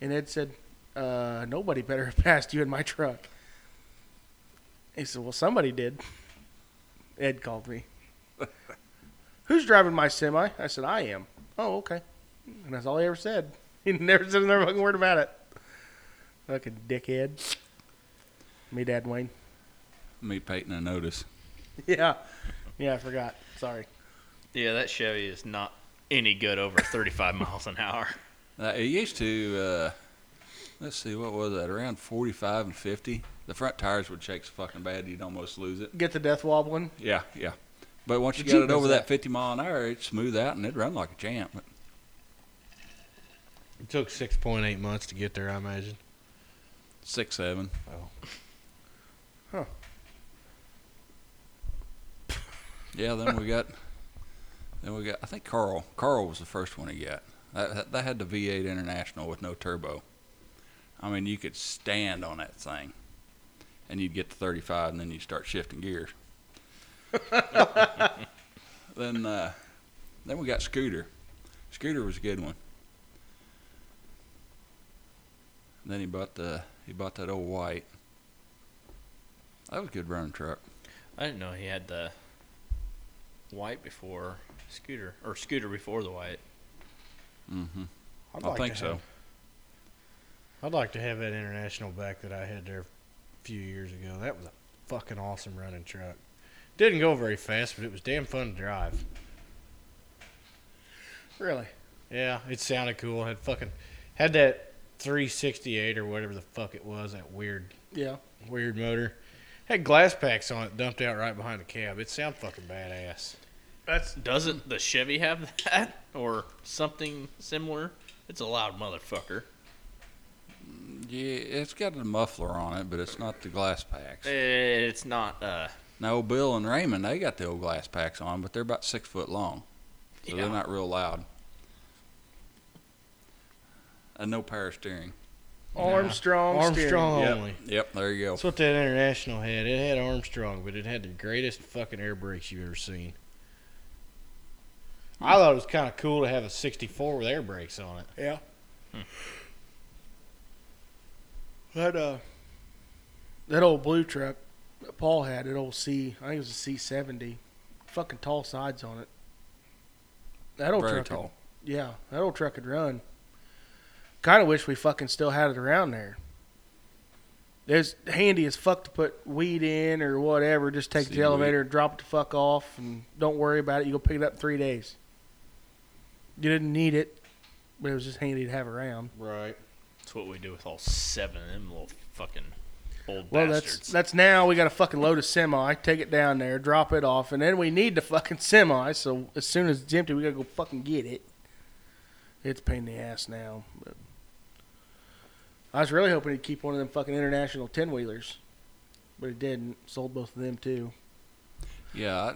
And Ed said, uh, "Nobody better have passed you in my truck." He said, "Well, somebody did." Ed called me. Who's driving my semi? I said, "I am." Oh, okay. And that's all he ever said. He never said another fucking word about it. Fucking dickhead. Me, Dad, Wayne.
Me Peyton a notice.
Yeah. Yeah, I forgot. Sorry.
Yeah, that Chevy is not any good over 35 miles an hour.
Uh, it used to. Uh, let's see, what was that? Around forty-five and fifty. The front tires would shake so fucking bad you'd almost lose it.
Get the death wobbling.
Yeah, yeah. But once you
The
got
Jeep
it over
does
that
that.
fifty mile an hour, it'd smooth out and it'd run like a champ. But
It took six point eight months to get there. I imagine.
six, seven.
Oh.
Huh.
Yeah, then we got, then we got. I think Carl. Carl was the first one he got. That, that, that had the V8 International with no turbo. I mean, you could stand on that thing, and you'd get to 35, and then you'd start shifting gears. then, uh, then we got Scooter. Scooter was a good one. And then he bought the he bought that old white. That was a good running truck.
I didn't know he had the white before scooter or scooter before the white.
Mm-hmm.
I'd
I
like to
think so.
have- I'd like to have that international back that I had there a few years ago. That was a fucking awesome running truck. Didn't go very fast, but it was damn fun to drive.
Really?
Yeah, it sounded cool. Had fucking had that 368 or whatever the fuck it was. That weird
Yeah.
weird motor. Had glass packs on it dumped out right behind the cab. It sound fucking badass.
That's doesn't the Chevy have that or something similar? It's a loud motherfucker.
Yeah, it's got a muffler on it, but it's not the glass packs.
It's not. Uh,
No, Bill and Raymond, they got the old glass packs on, but they're about six foot long, so
Yeah.
they're not real loud. And Uh, no power steering.
Armstrong. steering.
Armstrong
yep.
only.
Yep, there you go.
That's what that international had. It had Armstrong, but it had the greatest fucking air brakes you've ever seen. I thought it was kind of cool to have a 64 with air brakes on it.
Yeah. That uh, that old blue truck that Paul had, that old C, I think it was a C seventy, fucking tall sides on it. That old
Very
truck, could-
tall.
yeah, that old truck could run. Kind of wish we fucking still had it around there. It's handy as fuck to put weed in or whatever. Just take
Seed
the elevator and drop it the fuck off, and don't worry about it. You go pick it up in three days. You didn't need it, but it was just handy to have around.
Right.
it's what we do with all seven of them little fucking old
Well, that's
bastards.
that's now we got to fucking load a semi, take it down there, drop it off, and then we need the fucking semi. So as soon as it's empty, we gotta go fucking get it. It's a pain in the ass now, but I I was really hoping he'd keep one of them fucking international ten wheelers, but it didn't. Sold both of them too.
Yeah,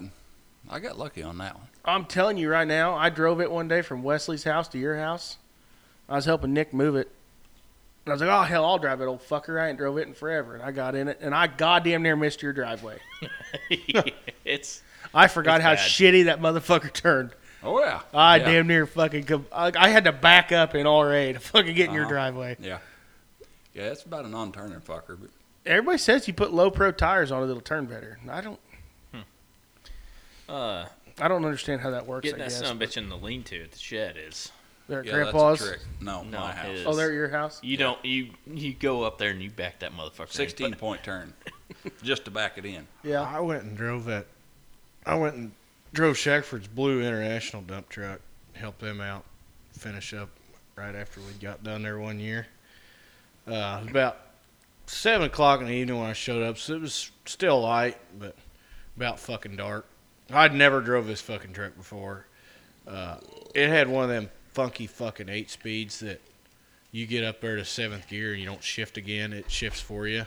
I, I got lucky on that one.
I'm telling you right now, I drove it one day from Wesley's house to your house. I was helping Nick move it. And I was like, oh, hell, I'll drive it, old fucker. I ain't drove it in forever. And I got in it, and I goddamn near missed your driveway.
it's
I forgot
It's
how
bad.
shitty that motherfucker turned.
Oh yeah.
I
yeah.
damn near fucking. Com- I, I had to back up in RA to fucking get in your
Uh-huh.
driveway.
Yeah. Yeah, that's about a non-turner fucker. But
Everybody says you put low pro tires on it, it'll turn better. I don't.
Hmm.
uh,
I don't understand how that works.
getting
I
that
guess.
son of a bitch in the lean-to at the shed is.
They're at
yeah,
grandpa's.
that's a trick. No,
No,
my
it
house.
is.
Oh, they're at your house.
You don't you you go up there and you back that motherfucker. in,
Sixteen point turn, just to back it in.
Yeah.
I went and drove that. I went and drove Shackford's blue international dump truck, helped them out, finish up right after we got done there one year. Uh, it was about seven o'clock in the evening when I showed up, so it was still light, but about fucking dark. I'd never drove this fucking truck before. Uh, it had one of them funky fucking eight speeds that you get up there to seventh gear and you don't shift again; it shifts for you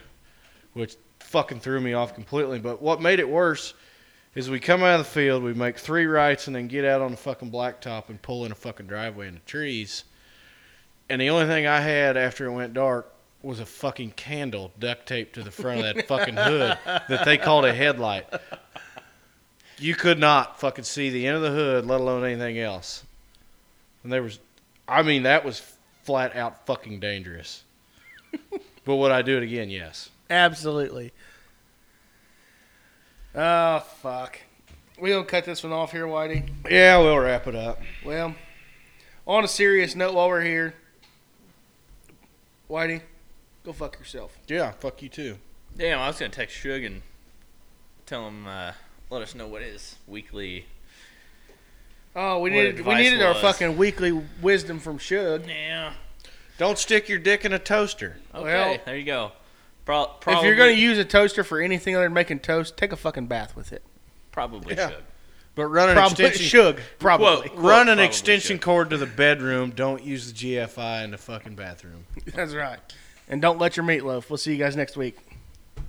which fucking threw me off completely. But what made it worse is we come out of the field, we make three rights, and then get out on the fucking blacktop and pull in a fucking driveway in the trees. And the only thing I had after it went dark was a fucking candle duct taped to the front of that fucking hood that they called a headlight. You could not fucking see the end of the hood, let alone anything else. And there was, I mean, that was flat out fucking dangerous. but would I do it again? Yes.
Absolutely. Oh fuck. We gonna cut this one off here, Whitey.
Yeah, we'll wrap it up.
Well, on a serious note, while we're here, Whitey, go fuck yourself.
Yeah, fuck you too.
Damn, I was gonna text Suge and tell him uh, let us know what his weekly.
Oh, we
What
needed we
advice
needed our
was.
fucking weekly wisdom from Shug.
Yeah.
Don't stick your dick in a toaster.
Okay.
Well-
there you go. Pro-
If
probably,
you're gonna use a toaster for anything other than making toast, take a fucking bath with it.
probably
Yeah.
Suge.
But run an
Probably
extension
Shug. Probably.
Quote.
run an
Probably
extension
should.
cord to the bedroom. Don't use the GFI in the fucking bathroom.
That's right. And don't let your meat loaf. We'll see you guys next week.